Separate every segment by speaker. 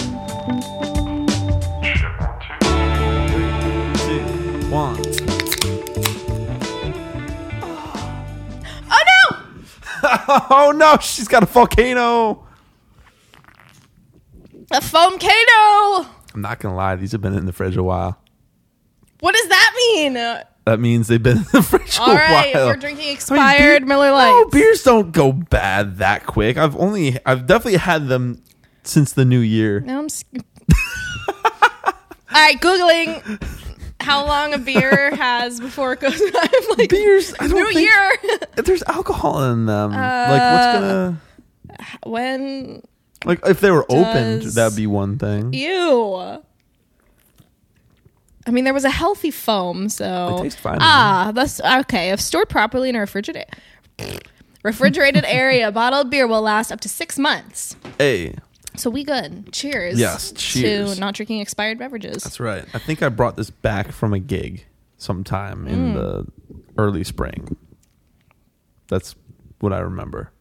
Speaker 1: Oh no, she's got a volcano.
Speaker 2: A volcano.
Speaker 1: I'm not gonna lie, these have been in the fridge a while.
Speaker 2: What does that mean? Uh,
Speaker 1: That means they've been in the fridge
Speaker 2: All
Speaker 1: a
Speaker 2: right,
Speaker 1: while.
Speaker 2: we're drinking
Speaker 1: I mean,
Speaker 2: expired
Speaker 1: Oh, beer-
Speaker 2: Miller
Speaker 1: No,
Speaker 2: Lights.
Speaker 1: beers don't go bad that quick. I've only, I've definitely had them since the new year.
Speaker 2: now I'm. s All right, googling how long a beer has before it goes. I'm like
Speaker 1: Beers, I don't
Speaker 2: New
Speaker 1: think-
Speaker 2: Year. Uh,
Speaker 1: There's alcohol in them. like what's gonna
Speaker 2: when
Speaker 1: like if they were opened,
Speaker 2: does-
Speaker 1: that'd be one thing.
Speaker 2: Ew. I mean, there was a healthy foam, so
Speaker 1: They taste fine,
Speaker 2: Ah, that's okay. If stored properly in a refrigerated refrigerated area, bottled beer will last up to six months.
Speaker 1: Hey,
Speaker 2: So we good. Cheers.
Speaker 1: Yes, cheers.
Speaker 2: to not drinking expired beverages.
Speaker 1: that's right. I think I brought this back from a gig sometime in the early spring. That's what I remember.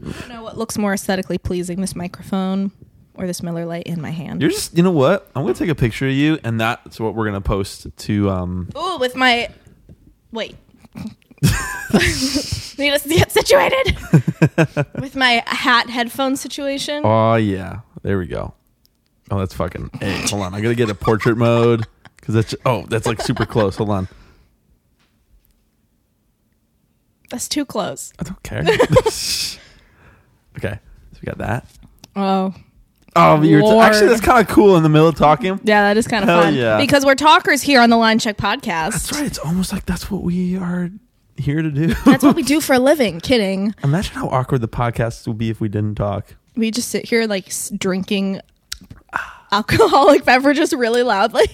Speaker 2: I don't know what looks more aesthetically pleasing: this microphone or this Miller Lite in my hand.
Speaker 1: You're just, you know what? I'm gonna take a picture of you, and that's what we're gonna post to. um
Speaker 2: Ooh, with my wait. Need us to get situated with my hat headphone situation.
Speaker 1: Oh yeah, there we go. Oh, that's fucking. Hey, hold on. I gotta get a portrait mode because that's. Oh, that's like super close. Hold on.
Speaker 2: That's too close.
Speaker 1: I don't care. okay, so we got that.
Speaker 2: Oh,
Speaker 1: Oh, but you're t-
Speaker 2: Lord.
Speaker 1: actually that's kind of cool in the middle of talking.
Speaker 2: yeah, that is kind of
Speaker 1: Hell
Speaker 2: fun.
Speaker 1: yeah.
Speaker 2: Because we're talkers here on the Line Check podcast.
Speaker 1: That's right. It's almost like that's what we are here to do.
Speaker 2: That's what we do for a living. Kidding.
Speaker 1: Imagine how awkward the podcast would be if we didn't talk.
Speaker 2: We just sit here like s- drinking alcoholic beverages really loudly.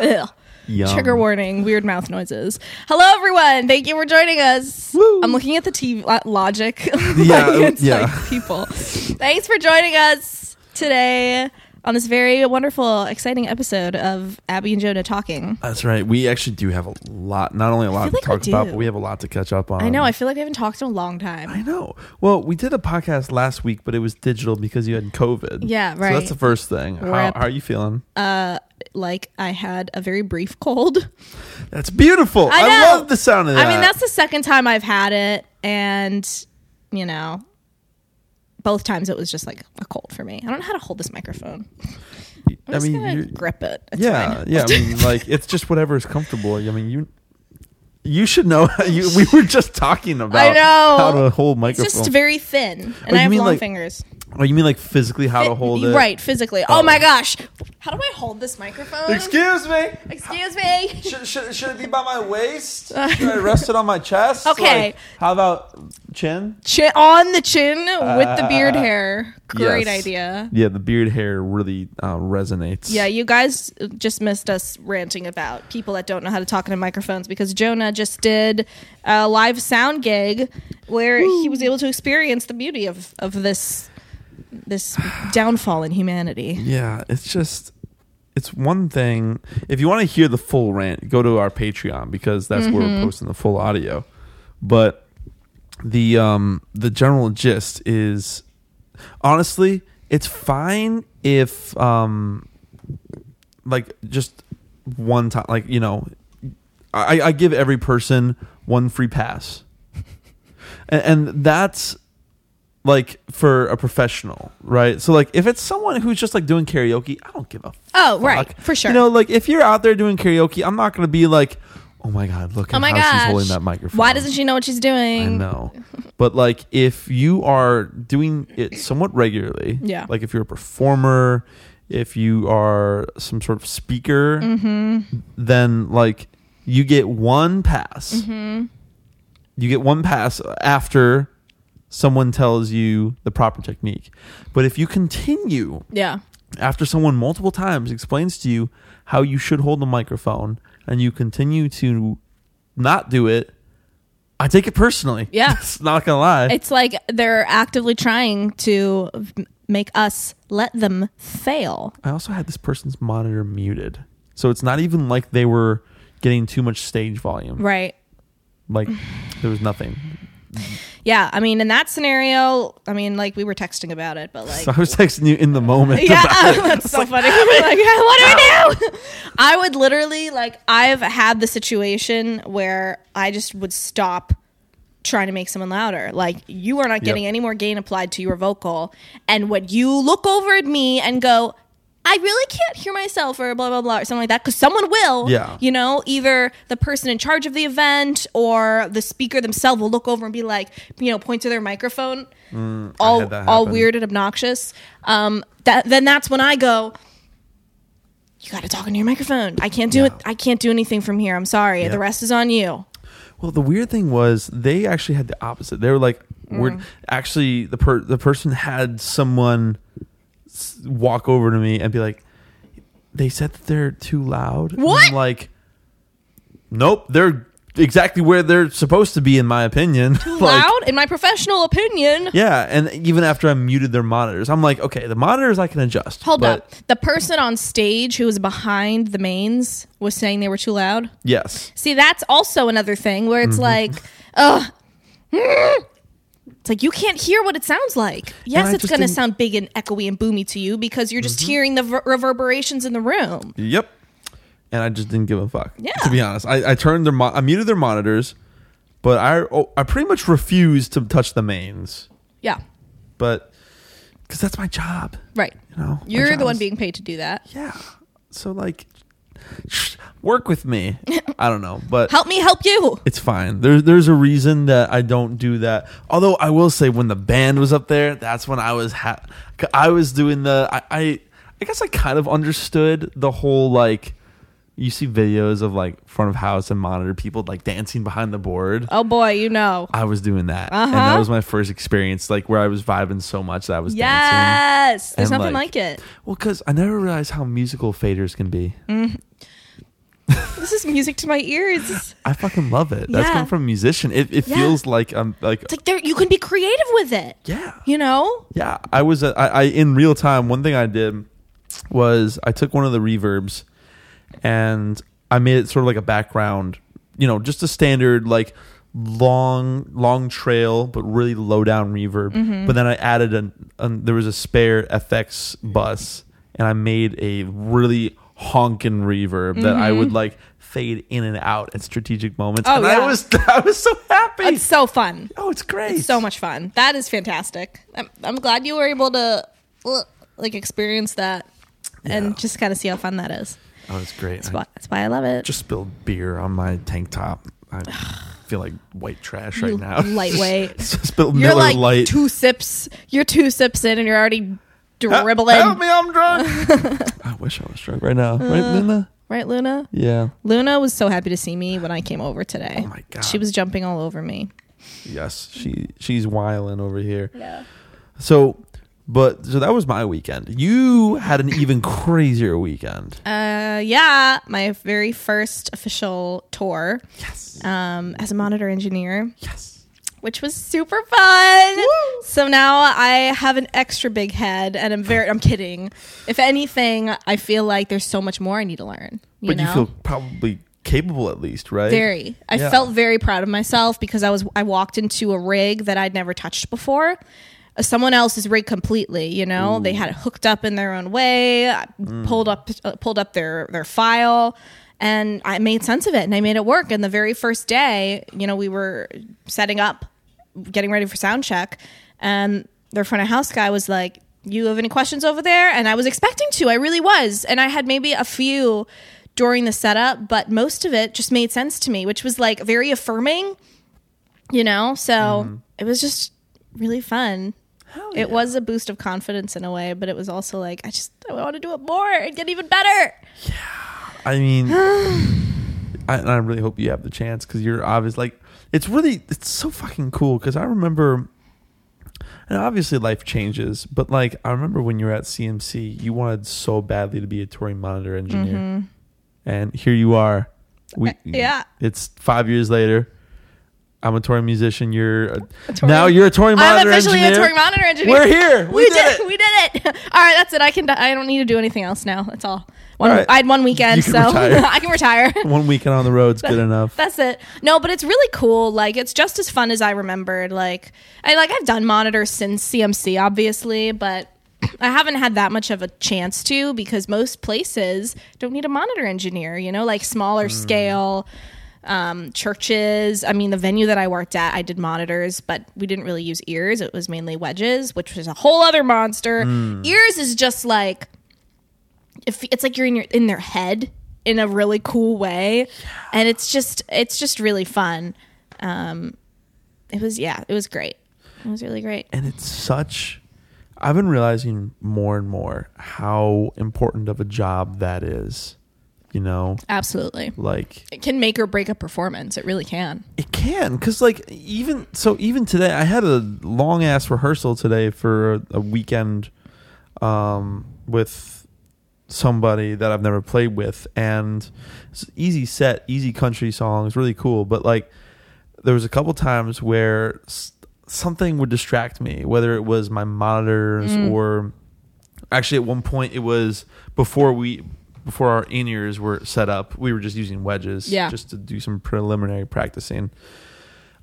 Speaker 2: Ugh.
Speaker 1: Yum.
Speaker 2: Trigger warning, weird mouth noises. Hello, everyone. Thank you for joining us.
Speaker 1: Woo.
Speaker 2: I'm looking at the TV lo- logic.
Speaker 1: Yeah, oh,
Speaker 2: Like, it's
Speaker 1: yeah.
Speaker 2: like people. Thanks for joining us today on this very wonderful, exciting episode of Abby and Jonah talking.
Speaker 1: That's right. We actually do have a lot. Not only a lot to
Speaker 2: feel like we
Speaker 1: talk about,
Speaker 2: do.
Speaker 1: but we have a lot to catch up on.
Speaker 2: I know. I feel like we haven't talked in a long time.
Speaker 1: Um, I know. Well, we did a podcast last week, but it was digital because you had COVID.
Speaker 2: Yeah,
Speaker 1: So
Speaker 2: right.
Speaker 1: that's the first thing. How,
Speaker 2: Rip.
Speaker 1: how are you feeling?
Speaker 2: like I had a very brief cold.
Speaker 1: That's beautiful. I,
Speaker 2: know.
Speaker 1: love the sound of that.
Speaker 2: I mean, that's the second time I've had it, and you know, both times it was just like a cold for me. I don't know how to hold this microphone. I'm
Speaker 1: I
Speaker 2: just
Speaker 1: mean,
Speaker 2: gonna
Speaker 1: you're-
Speaker 2: grip it. It's
Speaker 1: yeah,
Speaker 2: fine.
Speaker 1: yeah. I mean, like it's just whatever is comfortable. I mean, you you should know. You, we were just talking about
Speaker 2: I know.
Speaker 1: how to hold
Speaker 2: It's
Speaker 1: microphone.
Speaker 2: just very thin, and
Speaker 1: you
Speaker 2: I have
Speaker 1: mean,
Speaker 2: long
Speaker 1: like,
Speaker 2: fingers.
Speaker 1: oh, you mean like physically how to
Speaker 2: Fit-
Speaker 1: hold it?
Speaker 2: Right, physically. Oh.
Speaker 1: Oh.
Speaker 2: my gosh, how do I hold this microphone?
Speaker 1: Excuse me.
Speaker 2: Excuse me.
Speaker 1: Should, should, should it be by my waist? Should I rest it on my chest?
Speaker 2: Okay.
Speaker 1: Like, how about chin?
Speaker 2: Chin, on the chin with the beard hair. Great
Speaker 1: Uh, Yes.
Speaker 2: idea.
Speaker 1: Yeah, the beard hair really uh, resonates.
Speaker 2: Yeah, you guys just missed us ranting about people that don't know how to talk into microphones because Jonah just did a live sound gig where he was able to experience the beauty of, of this this downfall in humanity.
Speaker 1: Yeah, it's just it's one thing. If you want to hear the full rant, go to our Patreon because that's where
Speaker 2: Mm-hmm.
Speaker 1: we're posting the full audio. But the um the general gist is honestly, it's fine if um like just one time like, you know, I, I give every person one free pass. and, and that's like for a professional, right? So like if it's someone who's just like doing karaoke, I don't give a
Speaker 2: Oh,
Speaker 1: fuck.
Speaker 2: right, for sure.
Speaker 1: You know, like if you're out there doing karaoke, I'm not gonna be like, oh my god, look at
Speaker 2: oh my
Speaker 1: how
Speaker 2: gosh.
Speaker 1: she's holding that microphone.
Speaker 2: Why doesn't she know what she's
Speaker 1: I
Speaker 2: doing?
Speaker 1: know. But like if you are doing it somewhat regularly,
Speaker 2: Yeah.
Speaker 1: Like if you're a performer, if you are some sort of speaker, then like you get one pass. You get one pass after someone tells you the proper technique. But if you continue
Speaker 2: Yeah.
Speaker 1: after someone multiple times explains to you how you should hold the microphone and you continue to not do it, I take it personally.
Speaker 2: Yeah.
Speaker 1: it's not gonna lie.
Speaker 2: It's like they're actively trying to m- make us let them fail.
Speaker 1: I also had this person's monitor muted, so it's not even like they were getting too much stage volume.
Speaker 2: Right.
Speaker 1: Like there was nothing.
Speaker 2: Yeah, I mean, in that scenario, I mean, like we were texting about it, but like,
Speaker 1: So I was texting you in the moment.
Speaker 2: yeah,
Speaker 1: about-
Speaker 2: that's so funny. like, what do we do? I would literally like I've had the situation where I just would stop trying to make someone louder. Like you are not getting any more gain applied to your vocal. And when you look over at me and go, I really can't hear myself or blah blah blah or something like that because someone will.
Speaker 1: Yeah.
Speaker 2: You know, either the person in charge of the event or the speaker themselves will look over and be like, you know, point to their microphone, all
Speaker 1: had that
Speaker 2: all
Speaker 1: happen.
Speaker 2: weird and obnoxious. Um, that then that's when I go. You got to talk into your microphone. I can't do it. I can't do anything from here. I'm sorry. The rest is on you.
Speaker 1: Well, the weird thing was they actually had the opposite. They were like, "We're
Speaker 2: Mm.
Speaker 1: actually the per- the person had someone s- walk over to me and be like, they said that they're too loud." And
Speaker 2: What?
Speaker 1: I'm like, nope, they're exactly where they're supposed to be, in my opinion. Too
Speaker 2: Loud, in my professional opinion.
Speaker 1: Yeah, and even after I muted their monitors, I'm like, okay, the monitors I can adjust.
Speaker 2: Hold
Speaker 1: but
Speaker 2: up. The person on stage who was behind the mains was saying they were too loud.
Speaker 1: Yes.
Speaker 2: See, that's also another thing where it's
Speaker 1: Mm-hmm.
Speaker 2: like, ugh. It's like you can't hear what it sounds like. Yes,
Speaker 1: I
Speaker 2: it's
Speaker 1: just
Speaker 2: going to
Speaker 1: didn't-
Speaker 2: sound big and echoey and boomy to you because you're just
Speaker 1: Mm-hmm.
Speaker 2: hearing the ver- reverberations in the room.
Speaker 1: Yep. And I just didn't give a fuck.
Speaker 2: Yeah.
Speaker 1: To be honest, I, I turned their mo- I muted their monitors, but I oh, I pretty much refused to touch the mains,
Speaker 2: Yeah,
Speaker 1: but because that's my job,
Speaker 2: right.
Speaker 1: you know. My
Speaker 2: You're
Speaker 1: job
Speaker 2: the one
Speaker 1: is-
Speaker 2: being paid to do that.
Speaker 1: yeah. So like, work with me. I don't know, but
Speaker 2: Help me help you.
Speaker 1: it's fine. There's there's a reason that I don't do that. Although I will say, when the band was up there, that's when I was ha- I was doing the I, I I guess I kind of understood the whole like you see videos of like front of house and monitor people like dancing behind the board.
Speaker 2: Oh boy, you know.
Speaker 1: I was doing that, and
Speaker 2: Uh-huh.
Speaker 1: that was my first experience like where I was vibing so much that I was dancing.
Speaker 2: Yes, there's
Speaker 1: And,
Speaker 2: nothing
Speaker 1: like-
Speaker 2: like it.
Speaker 1: Well, because I never realized how musical faders can be.
Speaker 2: Mm-hmm. This is music to my ears.
Speaker 1: I fucking love it. That's
Speaker 2: Yeah.
Speaker 1: coming from a musician. It, it
Speaker 2: Yeah.
Speaker 1: feels like I'm like
Speaker 2: It's like there you can be creative with it.
Speaker 1: yeah.
Speaker 2: You know?
Speaker 1: Yeah, I was. uh, I I- in real time. One thing I did was I took one of the reverbs and I made it sort of like a background. You know, just a standard like long long trail, but really low down reverb.
Speaker 2: Mm-hmm.
Speaker 1: But then I added an, an there was a spare FX bus, and I made a really honking reverb that I would like fade in and out at strategic moments.
Speaker 2: Mm-hmm. Oh,
Speaker 1: and
Speaker 2: yeah.
Speaker 1: I was I was so happy.
Speaker 2: It's so fun.
Speaker 1: oh, it's great.
Speaker 2: It's so much fun. That is fantastic. I'm, I'm glad you were able to uh, like experience that
Speaker 1: Yeah.
Speaker 2: and just kind of see how fun that is.
Speaker 1: Oh, it's great.
Speaker 2: That's
Speaker 1: I-
Speaker 2: why, that's why I love it.
Speaker 1: just spilled beer on my tank top. I feel like white trash right
Speaker 2: You
Speaker 1: now.
Speaker 2: lightweight.
Speaker 1: spilled
Speaker 2: You're
Speaker 1: Miller
Speaker 2: like
Speaker 1: Light.
Speaker 2: two sips. You're two sips in, and you're already
Speaker 1: Hel-
Speaker 2: dribbling.
Speaker 1: Help me, I'm drunk. I wish I was drunk right now. right,
Speaker 2: Uh.
Speaker 1: Luna?
Speaker 2: Right, Luna?
Speaker 1: Yeah.
Speaker 2: Luna was so happy to see me when I came over today.
Speaker 1: Oh my God.
Speaker 2: She was jumping all over me.
Speaker 1: Yes. She she's wiling over here.
Speaker 2: Yeah.
Speaker 1: So, but so that was my weekend. You had an even crazier weekend.
Speaker 2: Uh, yeah, my very first official tour
Speaker 1: Yes.
Speaker 2: um, as a monitor engineer.
Speaker 1: Yes.
Speaker 2: which was super fun. So now I have an extra big head, and I'm very. I'm kidding. If anything, I feel like there's so much more I need to learn. You
Speaker 1: but
Speaker 2: know?
Speaker 1: you feel probably capable at least, right?
Speaker 2: very. I
Speaker 1: Yeah.
Speaker 2: felt very proud of myself because I was. I walked into a rig that I'd never touched before. Uh, Someone else's rig completely, you know. They had it hooked up in their own way. I
Speaker 1: Mm.
Speaker 2: Pulled up, uh, pulled up their their file, and I made sense of it, and I made it work. And the very first day, you know, we were setting up getting ready for sound check and their front of house guy was like you have any questions over there and i was expecting to i really was and i had maybe a few during the setup but most of it just made sense to me which was like very affirming you know so it was just really fun
Speaker 1: Hell
Speaker 2: it
Speaker 1: Mm-hmm. Oh, yeah.
Speaker 2: was a boost of confidence in a way but it was also like i just i want to do it more and get even better
Speaker 1: I mean, I, and I really hope you have the chance because you're obvious. Like, it's really, it's so fucking cool because I remember, and obviously life changes, but like, I remember when you were at CMC, you wanted so badly to be a touring monitor engineer. And here you are. We,
Speaker 2: Mm-hmm. Uh, yeah.
Speaker 1: It's five years later. I'm a touring musician. You're a,
Speaker 2: touring-
Speaker 1: now you're a touring
Speaker 2: i'm
Speaker 1: monitor
Speaker 2: officially
Speaker 1: engineer.
Speaker 2: a touring monitor engineer
Speaker 1: We're here. We, did, it.
Speaker 2: We did it. All right, that's it. I can. I don't need to do anything else now. That's all. One,
Speaker 1: All right.
Speaker 2: I had one weekend,
Speaker 1: You can
Speaker 2: so
Speaker 1: retire.
Speaker 2: I can retire.
Speaker 1: One weekend on the road's good enough.
Speaker 2: That's it. No, but it's really cool. Like it's just as fun as I remembered. Like I like I've done monitors since CMC, obviously, but I haven't had that much of a chance to because most places don't need a monitor engineer. You know, like smaller scale um, churches. I mean, the venue that I worked at, I did monitors, but we didn't really use ears. It was mainly wedges, which was a whole other monster. Ears is just like if it's like you're in your in their head in a really cool way, and it's just it's just really fun. Um, it was yeah, it was great. It was really great.
Speaker 1: and it's such i've been realizing more and more how important of a job that is you know
Speaker 2: Absolutely.
Speaker 1: like
Speaker 2: It can make or break a performance. It really can.
Speaker 1: it can because like even so even today i had a long ass rehearsal today for a, a weekend um with somebody that i've never played with and it's an easy set easy country songs really cool but like there was a couple times where s- something would distract me whether it was my monitors or actually at one point it was before we before our in ears were set up we were just using wedges
Speaker 2: Yeah.
Speaker 1: just to do some preliminary practicing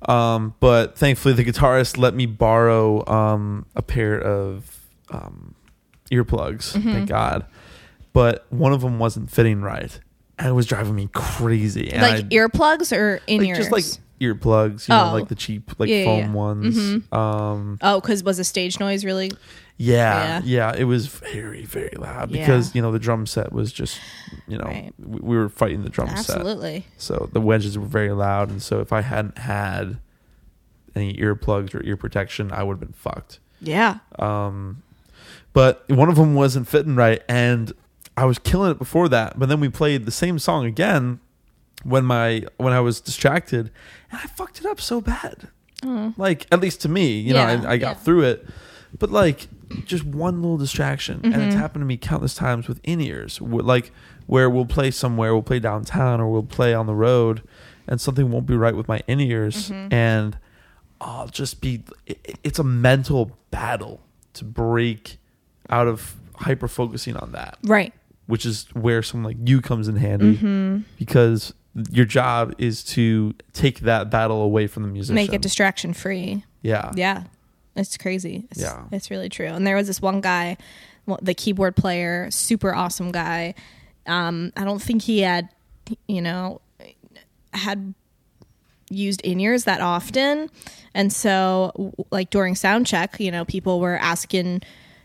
Speaker 1: um, but thankfully the guitarist let me borrow um, a pair of um, earplugs
Speaker 2: Mm-hmm.
Speaker 1: thank god but one of them wasn't fitting right and it was driving me crazy and
Speaker 2: like
Speaker 1: I-
Speaker 2: earplugs or in
Speaker 1: like,
Speaker 2: ears.
Speaker 1: just like earplugs you know
Speaker 2: Oh.
Speaker 1: like the cheap like
Speaker 2: Yeah, yeah,
Speaker 1: foam
Speaker 2: yeah.
Speaker 1: ones um
Speaker 2: oh, because was a stage noise really?
Speaker 1: yeah, yeah, It was very, very loud because
Speaker 2: Yeah.
Speaker 1: you know the drum set was just, you know,
Speaker 2: Right.
Speaker 1: we, we were fighting the drum set,
Speaker 2: Absolutely.
Speaker 1: so the wedges were very loud, and so if I hadn't had any earplugs or ear protection, I would have been fucked.
Speaker 2: Yeah.
Speaker 1: Um, but one of them wasn't fitting right, and I was killing it before that. But then we played the same song again when my when I was distracted, and I fucked it up so bad.
Speaker 2: Oh.
Speaker 1: Like at least to me, you
Speaker 2: Yeah,
Speaker 1: know, I, I got
Speaker 2: yeah.
Speaker 1: through it. But like just one little distraction, and
Speaker 2: Mm-hmm.
Speaker 1: it's happened to me countless times with in ears, like where we'll play somewhere, we'll play downtown, or we'll play on the road, and something won't be right with my in ears,
Speaker 2: Mm-hmm.
Speaker 1: and I'll just be. It, it's a mental battle to break out of hyper focusing on that,
Speaker 2: Right.
Speaker 1: which is where someone like you comes in handy
Speaker 2: Mm-hmm.
Speaker 1: because your job is to take that battle away from the musician.
Speaker 2: Make it distraction free.
Speaker 1: yeah,
Speaker 2: Yeah. It's crazy. It's,
Speaker 1: Yeah.
Speaker 2: It's really true. And there was this one guy, well, the keyboard player, super awesome guy. Um, I don't think he had, you know, had used in ears that often. And so, w- like during sound check, you know, people were asking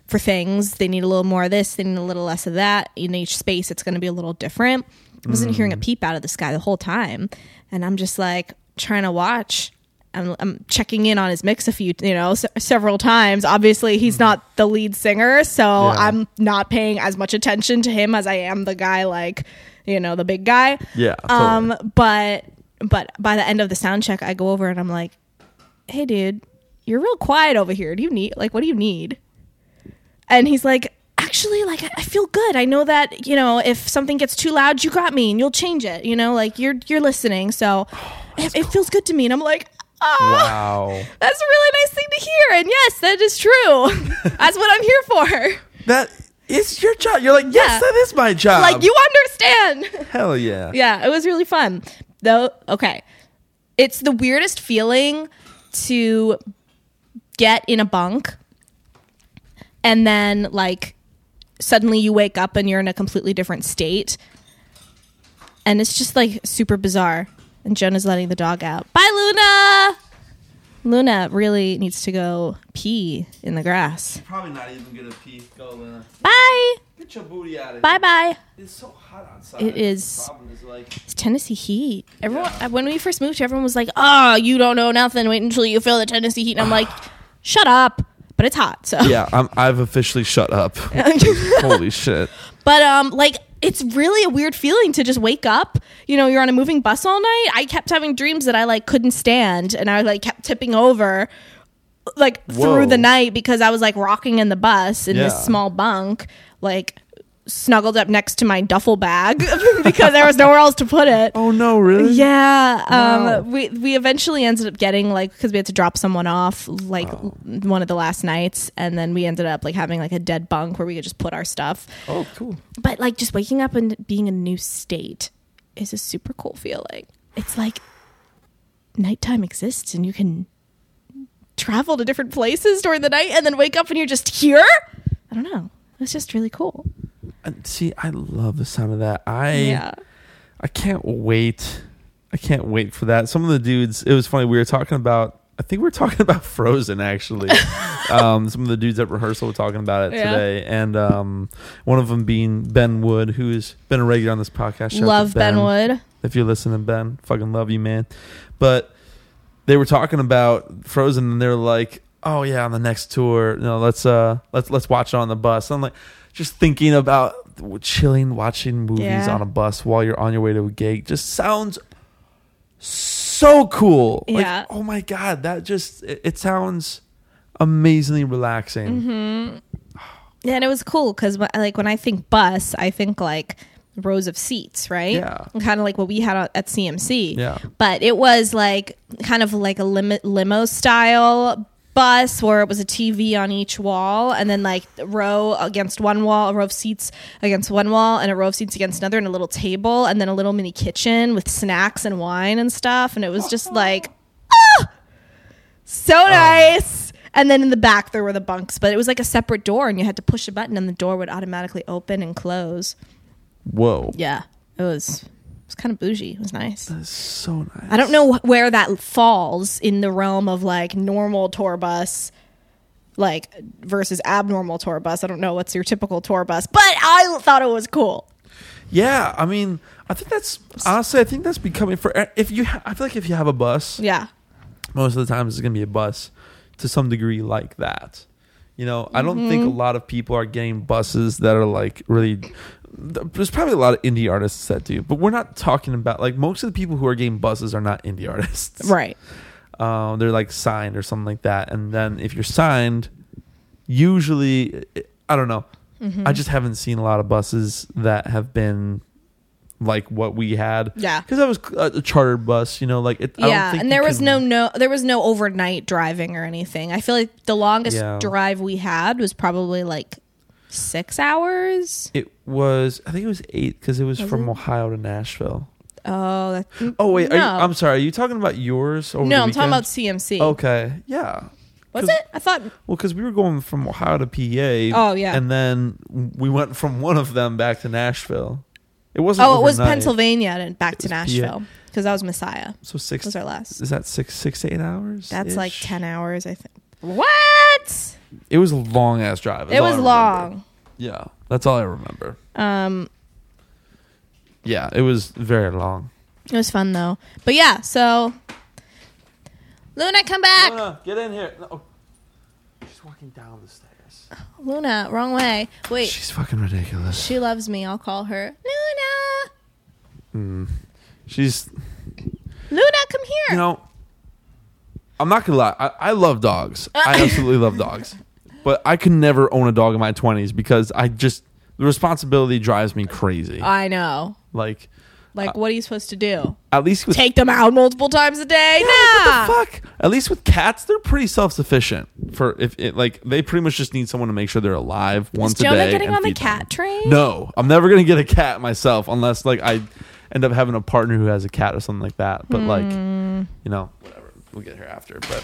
Speaker 2: for things. They need a little more of this, they need a little less of that. In each space, it's going to be a little different. I wasn't hearing a peep out of this guy the whole time. And I'm just like trying to watch. I'm, I'm checking in on his mix a few, you know, se- several times. Obviously, he's not the lead singer, so
Speaker 1: Yeah.
Speaker 2: I'm not paying as much attention to him as I am the guy, like, you know, the big guy.
Speaker 1: yeah. totally.
Speaker 2: Um, but but by the end of the sound check, I go over and I'm like, "Hey, dude, you're real quiet over here. Do you need like what do you need?" And he's like, "Actually, like I, I feel good. I know that you know if something gets too loud, you got me, and you'll change it. You know, like you're you're listening, so it, it feels good to me." And I'm like, "Oh,
Speaker 1: Oh, wow.
Speaker 2: that's a really nice thing to hear." And yes, that is true. that's what I'm here for.
Speaker 1: That is your job. You're like, yes,
Speaker 2: Yeah.
Speaker 1: that is my job.
Speaker 2: Like you understand.
Speaker 1: hell yeah.
Speaker 2: yeah, it was really fun. Though, okay. It's the weirdest feeling to get in a bunk and then, like, suddenly you wake up and you're in a completely different state. And it's just, like, super bizarre. And Jonah's letting the dog out. Bye, Luna! Luna really needs to go pee in the grass.
Speaker 1: Probably not even gonna pee. Go, Lena.
Speaker 2: Bye!
Speaker 1: Get your booty out of
Speaker 2: Bye bye.
Speaker 1: It's so hot outside.
Speaker 2: It is. The
Speaker 1: problem is like,
Speaker 2: It's Tennessee heat. Everyone, uh, when we first moved here, everyone was like, "Oh, you don't know nothing. Wait until you feel the Tennessee heat." And I'm like, "Shut up!" But it's hot, so.
Speaker 1: yeah, I'm, I've officially shut up. Holy shit.
Speaker 2: but um, like, it's really a weird feeling to just wake up. You know, you're on a moving bus all night. I kept having dreams that I like couldn't stand, and I like kept tipping over, like
Speaker 1: Whoa.
Speaker 2: through the night because I was like rocking in the bus in
Speaker 1: Yeah.
Speaker 2: this small bunk, like snuggled up next to my duffel bag because there was nowhere else to put it.
Speaker 1: Oh no, really?
Speaker 2: Yeah, um,
Speaker 1: Wow.
Speaker 2: we we eventually ended up getting like because we had to drop someone off like
Speaker 1: Oh.
Speaker 2: l- one of the last nights, and then we ended up like having like a dead bunk where we could just put our stuff.
Speaker 1: Oh, cool.
Speaker 2: But like just waking up and being in a new state is a super cool feeling. It's like nighttime exists, and you can travel to different places during the night, and then wake up and you're just here. I don't know. It's just really cool.
Speaker 1: And see, I love the sound of that. I
Speaker 2: Yeah.
Speaker 1: I can't wait. I can't wait for that. Some of the dudes, it was funny. We were talking about, I think we were talking about Frozen actually. um, some of the dudes at rehearsal were talking about it
Speaker 2: Yeah.
Speaker 1: today, and um, one of them being Ben Wood, who's been a regular on this podcast. Shout out to
Speaker 2: Love Ben Wood.
Speaker 1: if you're listening, Ben, fucking love you, man. But they were talking about Frozen, and they're like, "Oh yeah, on the next tour, no, let's uh, let's let's watch it on the bus." I'm like, just thinking about chilling, watching movies
Speaker 2: Yeah.
Speaker 1: on a bus while you're on your way to a gig just sounds so cool.
Speaker 2: Yeah.
Speaker 1: Like, oh my god, that just it, it sounds amazingly relaxing.
Speaker 2: Mm-hmm. Yeah, and it was cool because like when I think bus, I think like rows of seats, right?
Speaker 1: Yeah.
Speaker 2: Kind of like what we had at at CMC.
Speaker 1: Yeah.
Speaker 2: But it was like kind of like a lim- limo style bus where it was a TV on each wall and then like a row against one wall, a row of seats against one wall and a row of seats against another and a little table and then a little mini kitchen with snacks and wine and stuff and it was just like "Ah, so nice. And then in the back there were the bunks, but it was like a separate door, and you had to push a button, and the door would automatically open and close.
Speaker 1: Whoa,
Speaker 2: Yeah, it was it was kind of bougie. It was nice.
Speaker 1: that's so nice.
Speaker 2: I don't know wh- where that falls in the realm of like normal tour bus, like versus abnormal tour bus. I don't know what's your typical tour bus, but I thought it was cool.
Speaker 1: Yeah, I mean, I think that's honestly, I think that's becoming for if you. ha- I feel like if you have a bus,
Speaker 2: Yeah,
Speaker 1: most of the times it's going to be a bus to some degree like that. You know, I don't think a lot of people are getting buses that are like really. There's probably a lot of indie artists that do, but we're not talking about like most of the people who are getting buses are not indie artists.
Speaker 2: right.
Speaker 1: Um, they're like signed or something like that. And then if you're signed, usually, I don't know.
Speaker 2: Mm-hmm.
Speaker 1: I just haven't seen a lot of buses that have been like what we had.
Speaker 2: Yeah.
Speaker 1: Because that was a, a chartered bus, you know, like it, I don't
Speaker 2: Yeah,
Speaker 1: think
Speaker 2: and
Speaker 1: you
Speaker 2: there was
Speaker 1: can-
Speaker 2: no no there was no overnight driving or anything. I feel like the longest
Speaker 1: Yeah.
Speaker 2: drive we had was probably like six hours.
Speaker 1: It was, I think it was eight because it was,
Speaker 2: Was
Speaker 1: from
Speaker 2: it?
Speaker 1: Ohio to Nashville.
Speaker 2: Oh, that,
Speaker 1: Oh wait, are
Speaker 2: No.
Speaker 1: you, I'm sorry. Are you talking about yours? Over
Speaker 2: no,
Speaker 1: the
Speaker 2: I'm talking about
Speaker 1: weekend? Oh,
Speaker 2: CMC.
Speaker 1: Okay, yeah.
Speaker 2: was
Speaker 1: 'cause-
Speaker 2: it? I thought.
Speaker 1: Well, because we were going from Ohio to PA.
Speaker 2: Oh, yeah.
Speaker 1: and then we went from one of them back to Nashville. It wasn't.
Speaker 2: Oh, it was
Speaker 1: overnight.
Speaker 2: Pennsylvania and back to
Speaker 1: It was PA.
Speaker 2: Nashville because that was Messiah.
Speaker 1: So six
Speaker 2: Was our last.
Speaker 1: is that six six to eight hours?
Speaker 2: That's like
Speaker 1: ish?
Speaker 2: ten hours, I think. What?
Speaker 1: It was a long ass drive. is
Speaker 2: It
Speaker 1: all I
Speaker 2: was
Speaker 1: remember.
Speaker 2: long.
Speaker 1: Yeah, that's all I remember.
Speaker 2: Um,
Speaker 1: Yeah, it was very long.
Speaker 2: it was fun though. But yeah, so Luna, come back.
Speaker 1: Luna, get in here. No, oh. She's walking down the stairs.
Speaker 2: Luna, wrong way. Wait,
Speaker 1: She's fucking ridiculous.
Speaker 2: she loves me. I'll call her Luna.
Speaker 1: She's,
Speaker 2: Luna, come here.
Speaker 1: you know, I'm not gonna lie. I, I love dogs.
Speaker 2: Uh.
Speaker 1: I absolutely love dogs, but I could never own a dog in my 20s because I just the responsibility drives me crazy.
Speaker 2: I know.
Speaker 1: Like, Uh,
Speaker 2: Like, what are you supposed to do?
Speaker 1: at least with
Speaker 2: Take them out multiple times a day?
Speaker 1: What the
Speaker 2: nah.
Speaker 1: fuck? At least with cats, they're pretty self-sufficient. For if it, like they pretty much just need someone to make sure they're alive once
Speaker 2: Is Jonah
Speaker 1: a day.
Speaker 2: getting
Speaker 1: and
Speaker 2: on the
Speaker 1: feed them.
Speaker 2: cat train?
Speaker 1: No, I'm never gonna get a cat myself unless like I end up having a partner who has a cat or something like that. But like,
Speaker 2: Hmm.
Speaker 1: you know, whatever. We'll get here after. But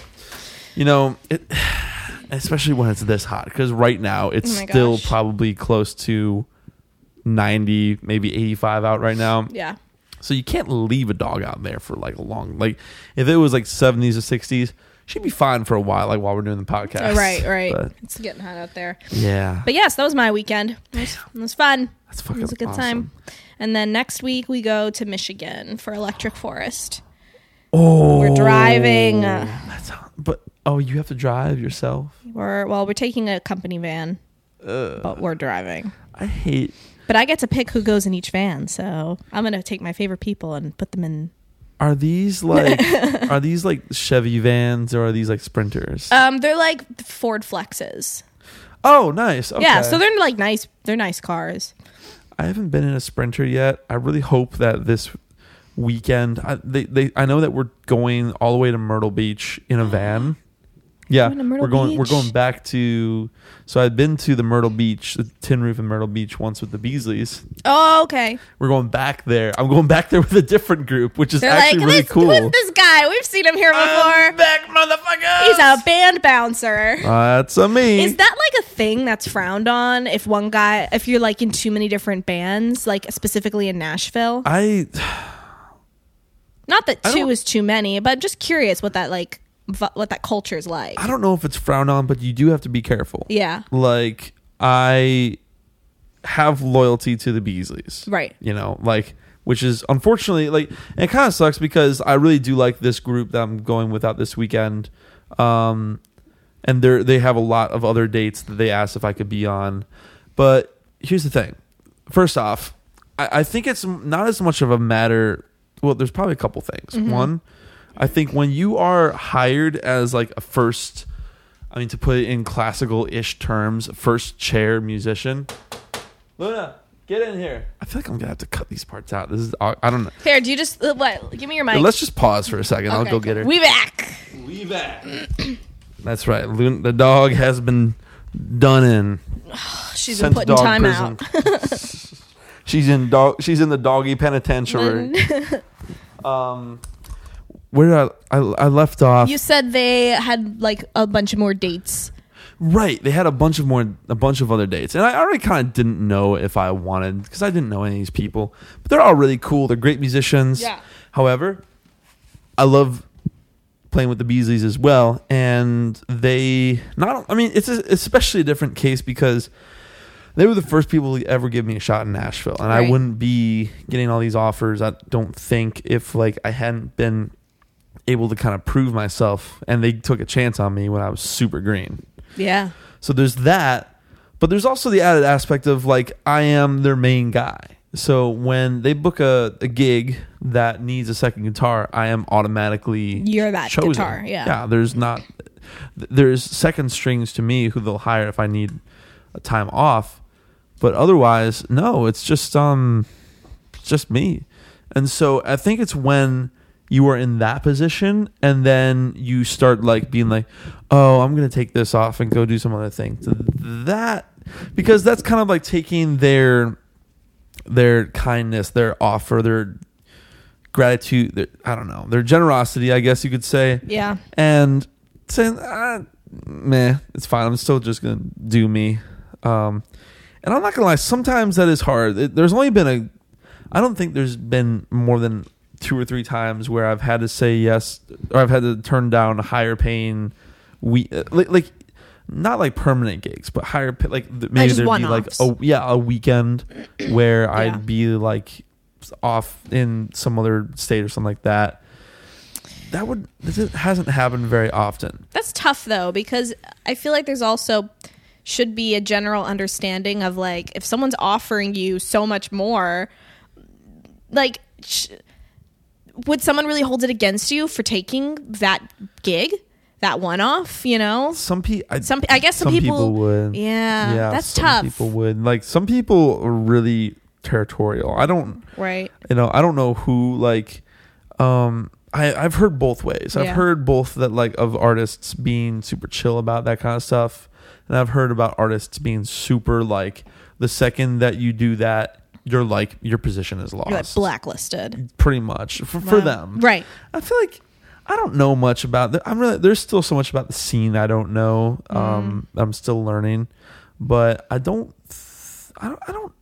Speaker 1: you know, it especially when it's this hot because right now it's
Speaker 2: Oh my
Speaker 1: still
Speaker 2: gosh.
Speaker 1: probably close to 90, maybe 85 out right now.
Speaker 2: Yeah.
Speaker 1: So you can't leave a dog out there for like a long like if it was like 70s or 60s. She'd be fine for a while, like while we're doing the podcast.
Speaker 2: Right, right.
Speaker 1: But,
Speaker 2: it's getting hot out there.
Speaker 1: yeah,
Speaker 2: But yes, that was my weekend. It was, it was fun.
Speaker 1: that's
Speaker 2: It
Speaker 1: fucking.
Speaker 2: was a good
Speaker 1: awesome.
Speaker 2: time. And then next week we go to Michigan for Electric Forest.
Speaker 1: Oh,
Speaker 2: We're driving.
Speaker 1: That's how, but oh, you have to drive yourself.
Speaker 2: We're well, we're taking a company van, but we're driving.
Speaker 1: I hate.
Speaker 2: But I get to pick who goes in each van, so I'm gonna take my favorite people and put them in.
Speaker 1: Are these like are these like Chevy vans or are these like Sprinters?
Speaker 2: Um, they're like Ford Flexes.
Speaker 1: oh, nice. Okay.
Speaker 2: Yeah, so they're like nice. They're nice cars.
Speaker 1: I haven't been in a sprinter yet. I really hope that this weekend, I, they, they, I know that we're going all the way to Myrtle Beach in a van. Yeah,
Speaker 2: Going to Myrtle
Speaker 1: we're going. We're
Speaker 2: Beach?
Speaker 1: going back to. So I've been to the Myrtle Beach, the Tin Roof in Myrtle Beach once with the Beasleys.
Speaker 2: Oh, okay.
Speaker 1: We're going back there. I'm going back there with a different group, which is
Speaker 2: They're
Speaker 1: actually
Speaker 2: like
Speaker 1: really
Speaker 2: this.
Speaker 1: cool.
Speaker 2: Who's this guy? We've seen him here
Speaker 1: I'm
Speaker 2: before.
Speaker 1: back, motherfuckers.
Speaker 2: He's a band bouncer.
Speaker 1: That's a me.
Speaker 2: Is that like a thing that's frowned on if one guy, if you're like in too many different bands, like specifically in Nashville?
Speaker 1: I
Speaker 2: Not that
Speaker 1: I
Speaker 2: two
Speaker 1: don't-
Speaker 2: is too many, but I'm just curious what that like v- what that culture is like.
Speaker 1: I don't know if it's frowned on, but you do have to be careful.
Speaker 2: Yeah.
Speaker 1: Like I have loyalty to the Beasleys.
Speaker 2: Right.
Speaker 1: You know, like which is unfortunately like and it kind of sucks because I really do like this group that I'm going with out this weekend. Um and they they have a lot of other dates that they asked if I could be on. But here's the thing. First off, I, I think it's not as much of a matter well, there's probably a couple things. One, I think when you are hired as like a first I mean, to put it in classical ish terms, first chair musician. Luna, get in here. I feel like I'm gonna have to cut these parts out. This is I I don't know.
Speaker 2: Fair. Do you just uh, what? Give me your mic.
Speaker 1: Let's just pause for a second. I'll
Speaker 2: Okay,
Speaker 1: go get
Speaker 2: cool.
Speaker 1: her.
Speaker 2: We back.
Speaker 1: We back. That's right. Luna, the dog has been done in.
Speaker 2: She's
Speaker 1: Sent
Speaker 2: been
Speaker 1: the
Speaker 2: putting
Speaker 1: dog
Speaker 2: time
Speaker 1: prison.
Speaker 2: out.
Speaker 1: she's in dog. She's in the doggy penitentiary. um, where did I, I I left off?
Speaker 2: you said they had like a bunch of more dates.
Speaker 1: Right. They had a bunch of more, a bunch of other dates, and I already kind of didn't know if I wanted because I didn't know any of these people. But they're all really cool. They're great musicians.
Speaker 2: Yeah.
Speaker 1: However, I love playing with the Beasleys as well, and they not. I mean, it's a, especially a different case because they were the first people to ever give me a shot in Nashville, and I
Speaker 2: Right.
Speaker 1: wouldn't be getting all these offers. I don't think if like I hadn't been able to kind of prove myself, and they took a chance on me when I was super green.
Speaker 2: Yeah.
Speaker 1: So there's that, but there's also the added aspect of like I am their main guy. So when they book a, a gig that needs a second guitar, I am automatically
Speaker 2: You're that
Speaker 1: chosen.
Speaker 2: guitar, yeah.
Speaker 1: yeah. There's not th- there's second strings to me who they'll hire if I need a time off, but otherwise no. It's just um, it's just me, and so I think it's when you are in that position and then you start like being like oh i'm gonna take this off and go do some other thing So that because that's kind of like taking their their kindness their offer their gratitude their, i don't know their generosity i guess you could say
Speaker 2: Yeah.
Speaker 1: and saying ah, meh it's fine i'm still just gonna do me um and i'm not gonna lie sometimes that is hard It- there's only been a i don't think there's been more than two or three times where i've had to say yes or i've had to turn down higher paying we uh, like, like not like permanent gigs but higher pay, like th- maybe
Speaker 2: just
Speaker 1: there'd be like
Speaker 2: one-offs.
Speaker 1: a yeah a weekend where
Speaker 2: Yeah.
Speaker 1: i'd be like off in some other state or something like that that would this is- hasn't happened very often
Speaker 2: That's tough though because I feel like there's also should be a general understanding of like if someone's offering you so much more like sh- would someone really hold it against you for taking that gig, that one off, you know?
Speaker 1: some people
Speaker 2: Some I guess some, people,
Speaker 1: would
Speaker 2: Yeah, that's
Speaker 1: some
Speaker 2: tough.
Speaker 1: people would like some people are really territorial i don't
Speaker 2: Right.
Speaker 1: you know i don't know who like um I, I've heard both ways. I've
Speaker 2: Yeah.
Speaker 1: heard both that like of artists being super chill about that kind of stuff, and I've heard about artists being super like the second that you do that, you're like your position is
Speaker 2: You're like
Speaker 1: lost,
Speaker 2: blacklisted.
Speaker 1: pretty much for, for
Speaker 2: Wow.
Speaker 1: them.
Speaker 2: Right.
Speaker 1: I feel like I don't know much about the, I'm really there's still so much about the scene I don't know.
Speaker 2: Mm-hmm.
Speaker 1: Um, I'm still learning, but I don't. th- I don't. I don't.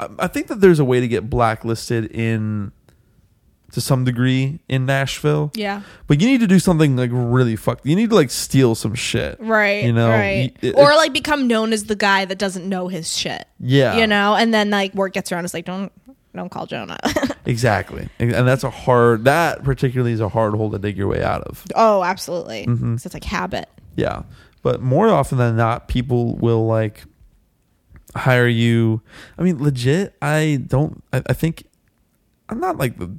Speaker 1: I- I think that there's a way to get blacklisted in to some degree in Nashville.
Speaker 2: Yeah.
Speaker 1: But you need to do something like really fucked. You need to like steal some shit.
Speaker 2: Right.
Speaker 1: You know.
Speaker 2: right.
Speaker 1: you- it-
Speaker 2: or
Speaker 1: it's-
Speaker 2: like become known as the guy that doesn't know his shit.
Speaker 1: yeah.
Speaker 2: You know, and then like word gets around it's like don't don't call Jonah.
Speaker 1: Exactly. And and that's a hard. That particularly is a hard hole to dig your way out of.
Speaker 2: oh, absolutely.
Speaker 1: Mm-hmm.
Speaker 2: 'Cause it's like habit.
Speaker 1: Yeah. But more often than not, people will like hire you. I mean, legit, I don't, I, I think I'm not like the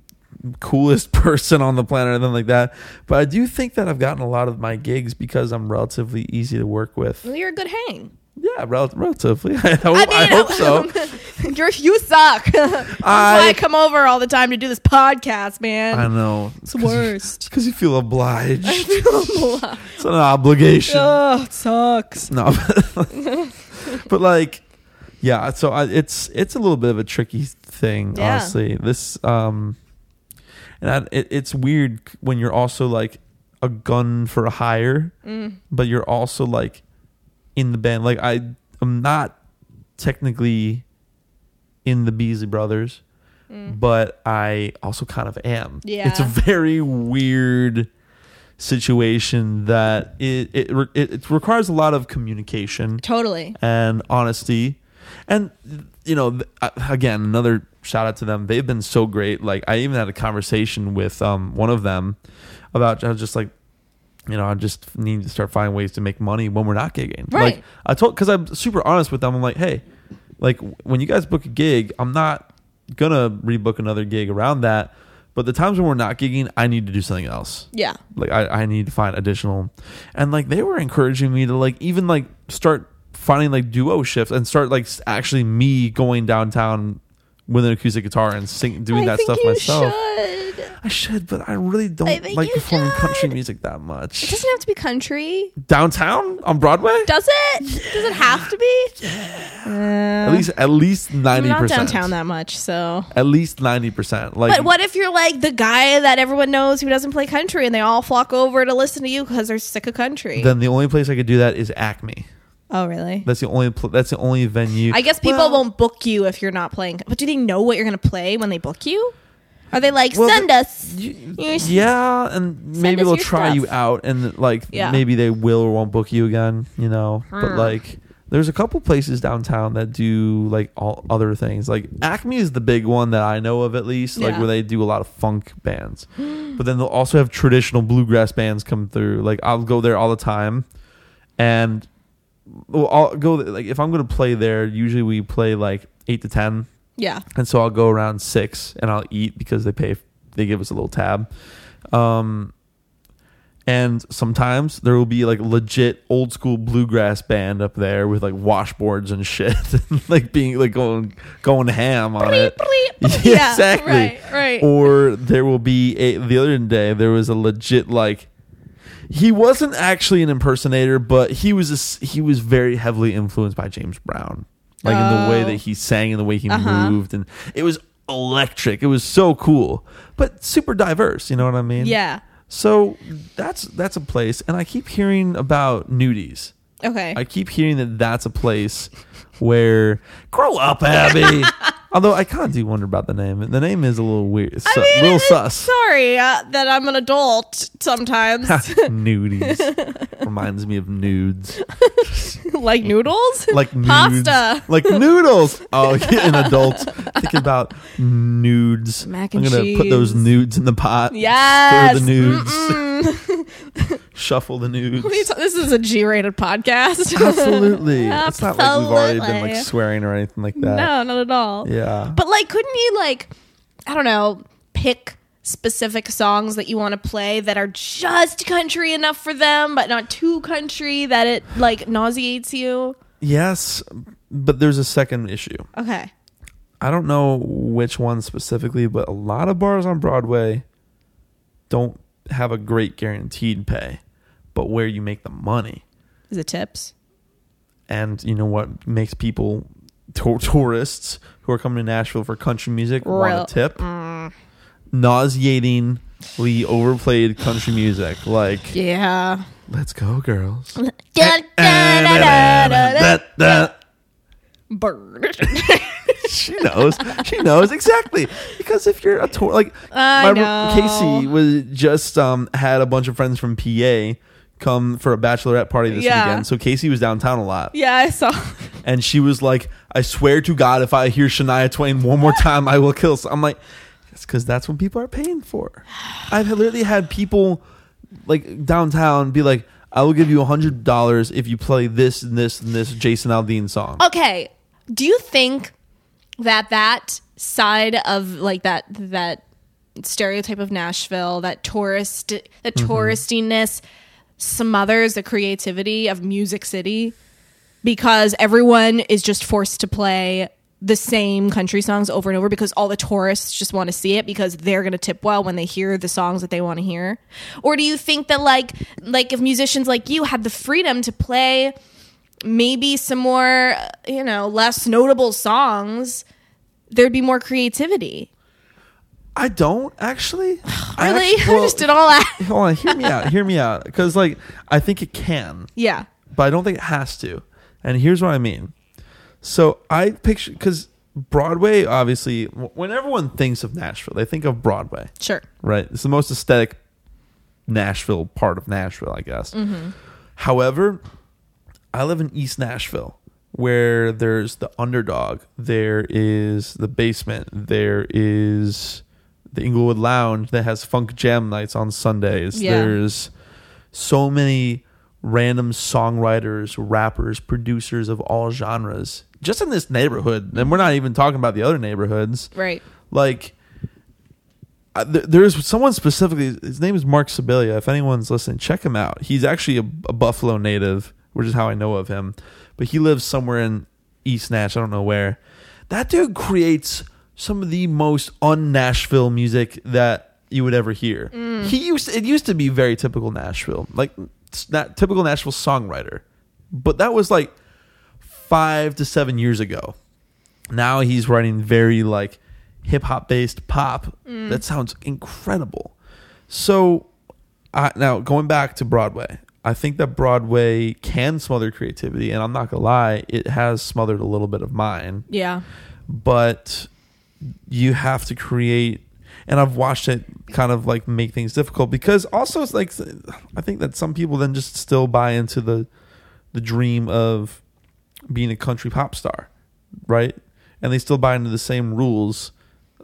Speaker 1: coolest person on the planet or anything like that. But I do think that I've gotten a lot of my gigs because I'm relatively easy to work with.
Speaker 2: Well, you're a good hang.
Speaker 1: Yeah, rel- relatively. I hope, Oh, I hope so.
Speaker 2: you're you suck. That's why
Speaker 1: I-
Speaker 2: I come over all the time to do this podcast, man.
Speaker 1: I know.
Speaker 2: it's the worst.
Speaker 1: Because you feel
Speaker 2: I
Speaker 1: obliged.
Speaker 2: feel blah.
Speaker 1: It's an obligation.
Speaker 2: oh, it sucks.
Speaker 1: No, but like, yeah. So I, it's it's a little bit of a tricky thing,
Speaker 2: Yeah.
Speaker 1: honestly. This um, and I, it, it's weird when you're also like a gun for a hire,
Speaker 2: Mm,
Speaker 1: but you're also like in the band. Like I, I'm not technically in the Beasley Brothers, but I also kind of am.
Speaker 2: Yeah.
Speaker 1: It's a very weird situation that it it, re- it it requires a lot of communication
Speaker 2: Totally.
Speaker 1: and honesty. And you know, th- uh, again, another shout out to them. They've been so great. Like I even had a conversation with um, one of them about I was just like, you know, I just need to start finding ways to make money when we're not gigging.
Speaker 2: Right.
Speaker 1: Like I told because I'm super honest with them. I'm like, hey, like w- when you guys book a gig, I'm not gonna rebook another gig around that. But the times when we're not gigging, I need to do something else
Speaker 2: Yeah.
Speaker 1: like I, I need to find additional and like they were encouraging me to like even like start finding like duo shifts and start like s- actually me going downtown with an acoustic guitar and sing, doing that stuff myself
Speaker 2: should.
Speaker 1: i should but i really don't
Speaker 2: I think
Speaker 1: like
Speaker 2: you
Speaker 1: performing country
Speaker 2: should.
Speaker 1: music that
Speaker 2: It
Speaker 1: much
Speaker 2: doesn't have to be country,
Speaker 1: downtown on broadway
Speaker 2: does it? Does it have to be?
Speaker 1: at least at least 90%
Speaker 2: I'm not downtown that much, so.
Speaker 1: at least 90% like
Speaker 2: But what if you're like the guy that everyone knows who doesn't play country, and they all flock over to listen to you because they're sick of country?
Speaker 1: then the only place i could do that is acme
Speaker 2: oh, really?
Speaker 1: that's the only pl- that's the only venue
Speaker 2: I guess people
Speaker 1: Well-
Speaker 2: won't book you if you're not playing. But do they know what you're going to play when they book you? Are they like
Speaker 1: Well,
Speaker 2: send
Speaker 1: the-
Speaker 2: us?
Speaker 1: You-
Speaker 2: You're-
Speaker 1: yeah, and maybe
Speaker 2: us
Speaker 1: they'll
Speaker 2: your
Speaker 1: try
Speaker 2: stuff.
Speaker 1: you out, and like
Speaker 2: Yeah.
Speaker 1: maybe they will or won't book you again. You know, but
Speaker 2: Hmm.
Speaker 1: like there's a couple places downtown that do like all other things. Like Acme is the big one that I know of at least, like
Speaker 2: Yeah.
Speaker 1: where they do a lot of funk bands. but then they'll also have traditional bluegrass bands come through. Like I'll go there all the time, and well, I'll go th- like if I'm gonna play there. Usually we play like eight to ten
Speaker 2: Yeah,
Speaker 1: and so I'll go around six and I'll eat because they pay they give us a little tab. Um, and sometimes there will be like legit old school bluegrass band up there with like washboards and shit, and, like being like going going ham on it. Yeah, exactly.
Speaker 2: Right, right.
Speaker 1: Or there will be a the other day there was a legit like he wasn't actually an impersonator, but he was a s he was very heavily influenced by James Brown, like in the way
Speaker 2: Oh.
Speaker 1: that he sang and the way he
Speaker 2: Uh-huh.
Speaker 1: moved, and it was electric. It was so cool, but super diverse. You know what I mean?
Speaker 2: yeah.
Speaker 1: So that's that's a place, and I keep hearing about nudies.
Speaker 2: Okay.
Speaker 1: I keep hearing that that's a place where grow up, Abby. Although I kind of do wonder about the name. The name is a little weird, su-
Speaker 2: mean,
Speaker 1: little
Speaker 2: it
Speaker 1: sus.
Speaker 2: is- Sorry uh, that I'm an adult sometimes,
Speaker 1: Nudies reminds me of nudes,
Speaker 2: like noodles,
Speaker 1: like nudes.
Speaker 2: pasta,
Speaker 1: like noodles. Oh, an adult thinking about nudes.
Speaker 2: Mac
Speaker 1: I'm
Speaker 2: and
Speaker 1: gonna put those
Speaker 2: cheese.
Speaker 1: nudes in the pot.
Speaker 2: Yes.
Speaker 1: Stir the nudes.
Speaker 2: Mm-mm.
Speaker 1: Shuffle the nudes.
Speaker 2: What are you ta- this is a G-rated podcast.
Speaker 1: Absolutely. It's not like we've already been like
Speaker 2: Absolutely.
Speaker 1: swearing or anything like that.
Speaker 2: no, not at all.
Speaker 1: Yeah.
Speaker 2: But like, couldn't you like, I don't know, pick specific songs that you want to play that are just country enough for them, but not too country that it like nauseates you?
Speaker 1: Yes, but there's a second issue.
Speaker 2: Okay.
Speaker 1: I don't know which one specifically, but a lot of bars on Broadway don't have a great guaranteed pay, but where you make the money.
Speaker 2: Is it tips?
Speaker 1: And you know what makes people tour tourists who are coming to Nashville for country music
Speaker 2: Real- mm.
Speaker 1: want a tip? Nauseatingly overplayed country music. Like,
Speaker 2: Yeah.
Speaker 1: let's go, girls.
Speaker 2: Dun, dun, dun, dun, dun, dun. Bird.
Speaker 1: she knows. She knows exactly. Because if you're a tour, like
Speaker 2: I
Speaker 1: my- Casey
Speaker 2: know.
Speaker 1: was just um had a bunch of friends from PA come for a bachelorette party this
Speaker 2: Yeah.
Speaker 1: weekend. So Casey was downtown a lot,
Speaker 2: yeah, I saw.
Speaker 1: and she was like, "I swear to God, if I hear Shania Twain one more time, I will kill." So I'm like, "That's because that's what people are paying for." I've literally had people like downtown be like. I will give you hundred dollars if you play this and this and this Jason Aldean song.
Speaker 2: Okay. Do you think that that side of like that that stereotype of Nashville, that tourist, the touristiness, smothers the creativity of Music City because everyone is just forced to play the same country songs over and over because all the tourists just want to see it because they're going to tip well when they hear the songs that they want to hear or do you think that like like if musicians like you had the freedom to play maybe some more uh, you know less notable songs there'd be more creativity
Speaker 1: I don't actually. Really? I
Speaker 2: really
Speaker 1: actu- well,
Speaker 2: I just did all that
Speaker 1: hold on, hear me out, hear me out, because like I think it can,
Speaker 2: yeah
Speaker 1: but I don't think it has to. And here's what I mean. So I picture because Broadway, obviously, wh- when everyone thinks of Nashville, they think of Broadway,
Speaker 2: Sure.
Speaker 1: right? It's the most aesthetic Nashville part of Nashville, I guess. However, I live in East Nashville where there's the underdog, there is the basement, there is the Inglewood Lounge that has funk jam nights on Sundays.
Speaker 2: Yeah.
Speaker 1: There's so many random songwriters, rappers, producers of all genres just in this neighborhood. And we're not even talking about the other neighborhoods
Speaker 2: Right.
Speaker 1: like uh, th- there's someone specifically his name is mark sibilia if anyone's listening check him out he's actually a, a buffalo native which is how i know of him but he lives somewhere in east nash i don't know where that dude creates some of the most un-nashville music that you would ever hear he used it used to be very typical nashville like s- not typical nashville songwriter but that was like five to seven years ago now he's writing very like hip hop based pop that sounds incredible. So I, now going back to Broadway, I think that Broadway can smother creativity, and I'm not gonna lie, it has smothered a little bit of mine.
Speaker 2: Yeah.
Speaker 1: But you have to create, and I've watched it kind of like make things difficult because also it's like I think that some people then just still buy into the the dream of being a country pop star, right? And they still buy into the same rules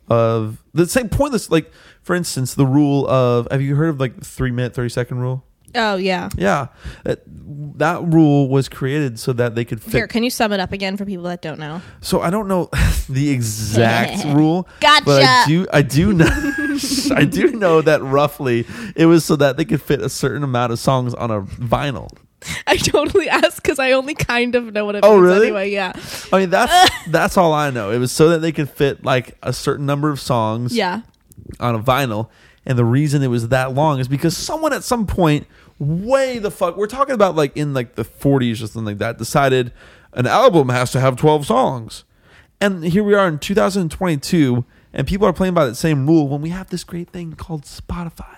Speaker 1: of the same pointless. Like for instance, the rule of have you heard of like the three minute thirty second rule?
Speaker 2: Oh yeah.
Speaker 1: Yeah, that that rule was created so that they could fit.
Speaker 2: Here, can you sum it up again for people that don't know?
Speaker 1: So I don't know the exact rule,
Speaker 2: Gotcha.
Speaker 1: but I do I do know I do know that roughly it was so that they could fit a certain amount of songs on a vinyl.
Speaker 2: I totally asked because I only kind of know what it
Speaker 1: Oh,
Speaker 2: means
Speaker 1: really?
Speaker 2: anyway. Yeah.
Speaker 1: I mean that's that's all I know. It was so that they could fit like a certain number of songs
Speaker 2: Yeah.
Speaker 1: on a vinyl. And the reason it was that long is because someone at some point, way the fuck, we're talking about like in like the 40s or something like that, decided an album has to have 12 songs. And here we are in 2022, and people are playing by that same rule when we have this great thing called Spotify,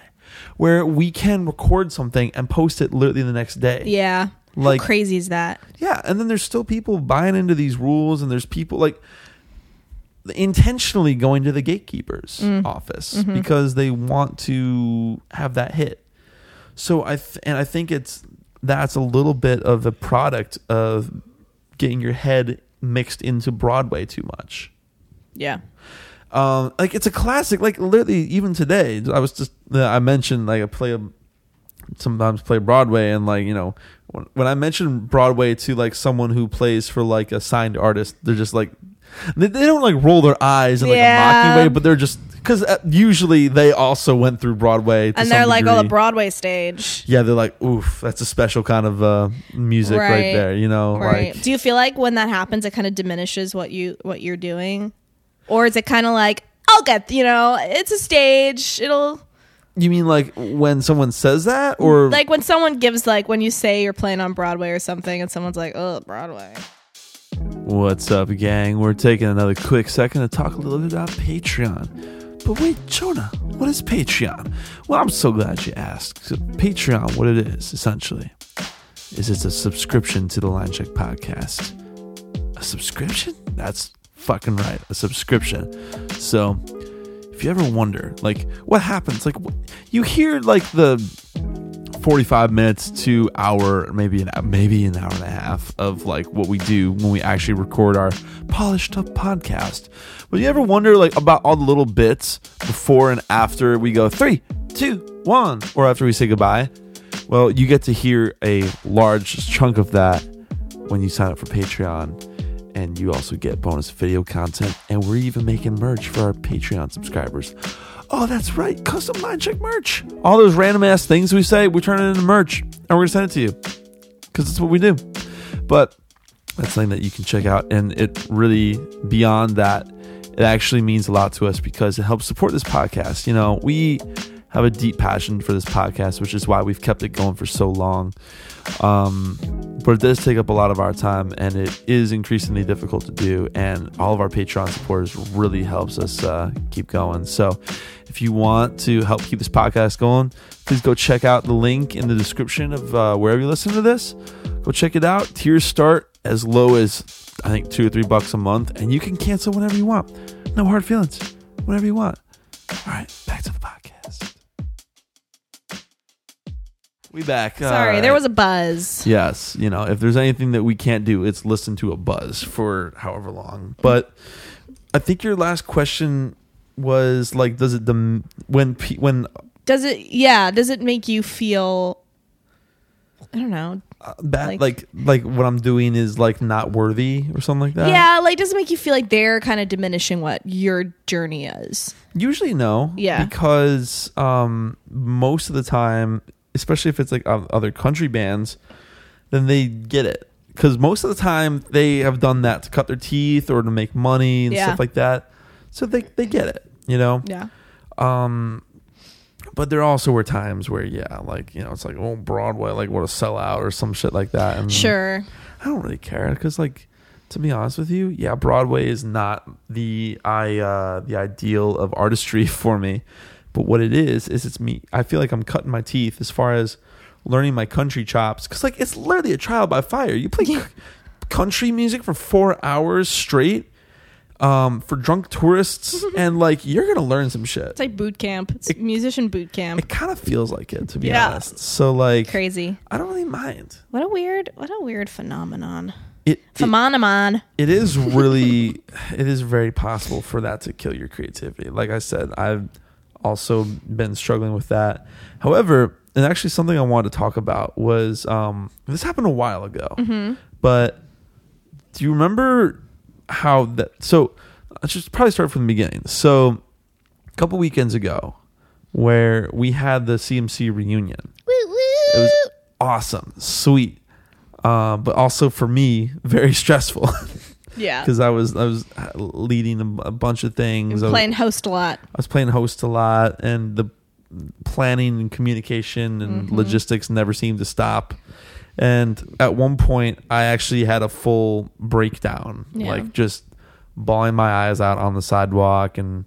Speaker 1: where we can record something and post it literally the next day.
Speaker 2: Yeah.
Speaker 1: Like-
Speaker 2: How crazy is that?
Speaker 1: Yeah, and then there's still people buying into these rules, and there's people like intentionally going to the gatekeeper's office because they want to have that hit. So I th- and I think it's that's a little bit of a product of getting your head mixed into Broadway too much.
Speaker 2: Yeah.
Speaker 1: Um, like it's a classic. Like literally, even today, I was just uh, I mentioned like I play um, sometimes play Broadway, and like you know when, when I mention Broadway to like someone who plays for like a signed artist, they're just like they, they don't like roll their eyes in like a
Speaker 2: Yeah.
Speaker 1: mocking way, but they're just because usually they also went through Broadway to
Speaker 2: And they're
Speaker 1: some
Speaker 2: like on the
Speaker 1: degree.
Speaker 2: Broadway stage.
Speaker 1: Yeah, they're like, oof, that's a special kind of uh, music right.
Speaker 2: Right.
Speaker 1: there, you know.
Speaker 2: Right.
Speaker 1: Like,
Speaker 2: Do you feel like when that happens it kind of diminishes what you what you're doing? Or is it kind of like I'll get, you know, it's a stage. It'll
Speaker 1: you mean like when someone says that, or
Speaker 2: like when someone gives like when you say you're playing on Broadway or something and someone's like, "Oh, Broadway."
Speaker 1: What's up, gang? We're taking another quick second to talk a little bit about Patreon. But wait, Jonah, what is Patreon? Well, I'm so glad you asked. So Patreon, what it is, essentially, is it's a subscription to the Line Check podcast. A subscription? That's fucking right, a subscription. So, if you ever wonder, like, what happens? Like, wh- you hear like the 45 minutes to hour maybe an maybe an hour and a half of like what we do when we actually record our polished up podcast but you ever wonder like about all the little bits before and after we go three two one or after we say goodbye well you get to hear a large chunk of that when you sign up for patreon and you also get bonus video content and we're even making merch for our patreon subscribers oh that's right custom line check merch all those random ass things we say we turn it into merch and we're gonna send it to you because that's what we do but that's something that you can check out and it really beyond that it actually means a lot to us because it helps support this podcast you know we have a deep passion for this podcast which is why we've kept it going for so long um, but it does take up a lot of our time and it is increasingly difficult to do and all of our patreon supporters really helps us uh, keep going so if you want to help keep this podcast going please go check out the link in the description of uh, wherever you listen to this go check it out tiers start as low as I think two or three bucks a month, and you can cancel whenever you want. No hard feelings, whenever you want. All right, back to the podcast. We back. Uh,
Speaker 2: Sorry, there was a buzz.
Speaker 1: Yes, you know, if there's anything that we can't do, it's listen to a buzz for however long. But I think your last question was like, does it dem- when pe- when
Speaker 2: Does it? Yeah. Does it make you feel? I don't know.
Speaker 1: uh, bad
Speaker 2: Like-
Speaker 1: like, like what I'm doing is like not worthy or something like that?
Speaker 2: yeah, like does it make you feel like they're kind of diminishing what your journey is?
Speaker 1: Usually no.
Speaker 2: Yeah.
Speaker 1: Because um, most of the time, especially if it's like o- other country bands, then they get it. Because most of the time they have done that to cut their teeth or to make money and
Speaker 2: Yeah.
Speaker 1: stuff like that. So they, they get it, you know?
Speaker 2: Yeah.
Speaker 1: Um, but there also were times where, yeah, like, you know, it's like, oh, Broadway, like, what a sellout or some shit like that. And
Speaker 2: Sure.
Speaker 1: I don't really care because, like, to be honest with you, yeah, Broadway is not the I uh, the ideal of artistry for me. But what it is is it's me. I feel like I'm cutting my teeth as far as learning my country chops because, like, it's literally a trial by fire. You play c- country music for four hours straight um, for drunk tourists, and like, you're gonna learn some shit.
Speaker 2: It's like boot camp. It's musician boot camp.
Speaker 1: It kind of feels like it, to be
Speaker 2: Yeah.
Speaker 1: honest. So, like,
Speaker 2: Crazy.
Speaker 1: I don't really mind.
Speaker 2: What a weird what a weird phenomenon.
Speaker 1: It, it
Speaker 2: Phenomenon.
Speaker 1: it is really it is very possible for that to kill your creativity like i said i've also been struggling with that however and actually something i wanted to talk about was um this happened a while ago
Speaker 2: Mm-hmm.
Speaker 1: but do you remember how that so i should probably start from the beginning so a couple weekends ago where we had the cmc reunion it was awesome sweet uh, but also for me very stressful
Speaker 2: Yeah.
Speaker 1: because I was I was leading a, b- a bunch of things. I was,
Speaker 2: Playing host a lot.
Speaker 1: I was playing host a lot, and the planning and communication and
Speaker 2: Mm-hmm.
Speaker 1: logistics never seemed to stop. And at one point, I actually had a full breakdown,
Speaker 2: Yeah.
Speaker 1: like just bawling my eyes out on the sidewalk. And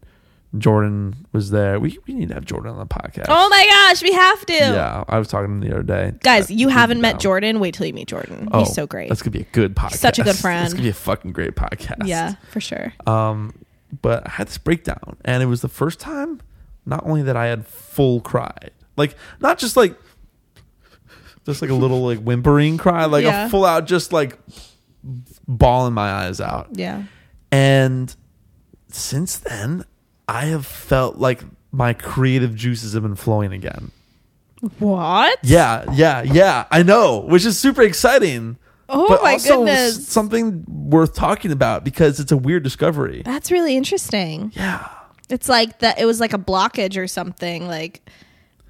Speaker 1: Jordan was there. We we need to have Jordan on the podcast.
Speaker 2: Oh my gosh, we have to.
Speaker 1: yeah, I was talking to him the other day.
Speaker 2: Guys, you
Speaker 1: Uh,
Speaker 2: haven't met
Speaker 1: no.
Speaker 2: Jordan. Wait till you meet Jordan.
Speaker 1: Oh,
Speaker 2: He's so great.
Speaker 1: That's gonna be a good podcast.
Speaker 2: such a good friend.
Speaker 1: It's gonna be a fucking great podcast.
Speaker 2: Yeah, for sure.
Speaker 1: Um, but I had this breakdown, and it was the first time not only that I had full cry, like not just like just like a little like whimpering cry, like a
Speaker 2: Yeah.
Speaker 1: full out just like bawling my eyes out.
Speaker 2: Yeah.
Speaker 1: And since then, I have felt like my creative juices have been flowing again.
Speaker 2: What?
Speaker 1: Yeah, yeah, yeah. I know, which is super exciting.
Speaker 2: Oh my goodness.
Speaker 1: something worth talking about because it's a weird discovery.
Speaker 2: That's really interesting.
Speaker 1: Yeah.
Speaker 2: It's like that it was like a blockage or something, like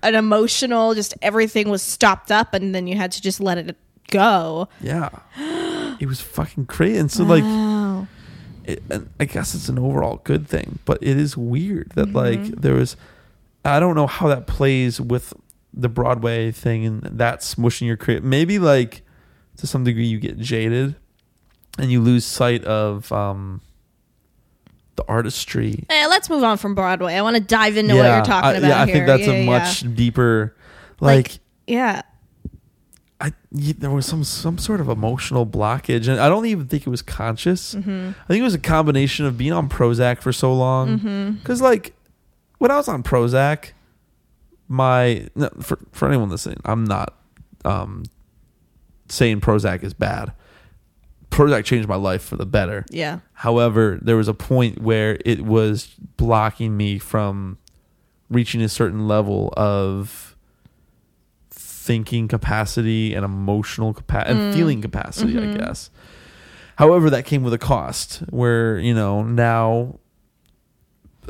Speaker 2: an emotional just everything was stopped up and then you had to just let it go.
Speaker 1: Yeah. it was fucking crazy. And so, like,
Speaker 2: wow.
Speaker 1: it, and I guess it's an overall good thing, but it is weird that,
Speaker 2: Mm-hmm.
Speaker 1: like, there was, I don't know how that plays with the Broadway thing and that smushing your career. Maybe, like, to some degree, you get jaded and you lose sight of um, the artistry.
Speaker 2: Eh, let's move on from Broadway. I want to dive into what
Speaker 1: Yeah,
Speaker 2: you're talking
Speaker 1: I,
Speaker 2: about
Speaker 1: Yeah, I
Speaker 2: here.
Speaker 1: think that's
Speaker 2: Yeah,
Speaker 1: a
Speaker 2: yeah,
Speaker 1: much
Speaker 2: yeah.
Speaker 1: deeper,
Speaker 2: Like,
Speaker 1: like
Speaker 2: yeah.
Speaker 1: I y- there was some some sort of emotional blockage, and I don't even think it was conscious.
Speaker 2: Mm-hmm.
Speaker 1: I think it was a combination of being on Prozac for so
Speaker 2: Mm-hmm.
Speaker 1: long. Because like when I was on Prozac, my no, for for anyone listening, I'm not um, saying Prozac is bad. Prozac changed my life for the better.
Speaker 2: Yeah.
Speaker 1: However, there was a point where it was blocking me from reaching a certain level of thinking capacity and emotional capacity and feeling capacity, I guess. However, that came with a cost where, you know, now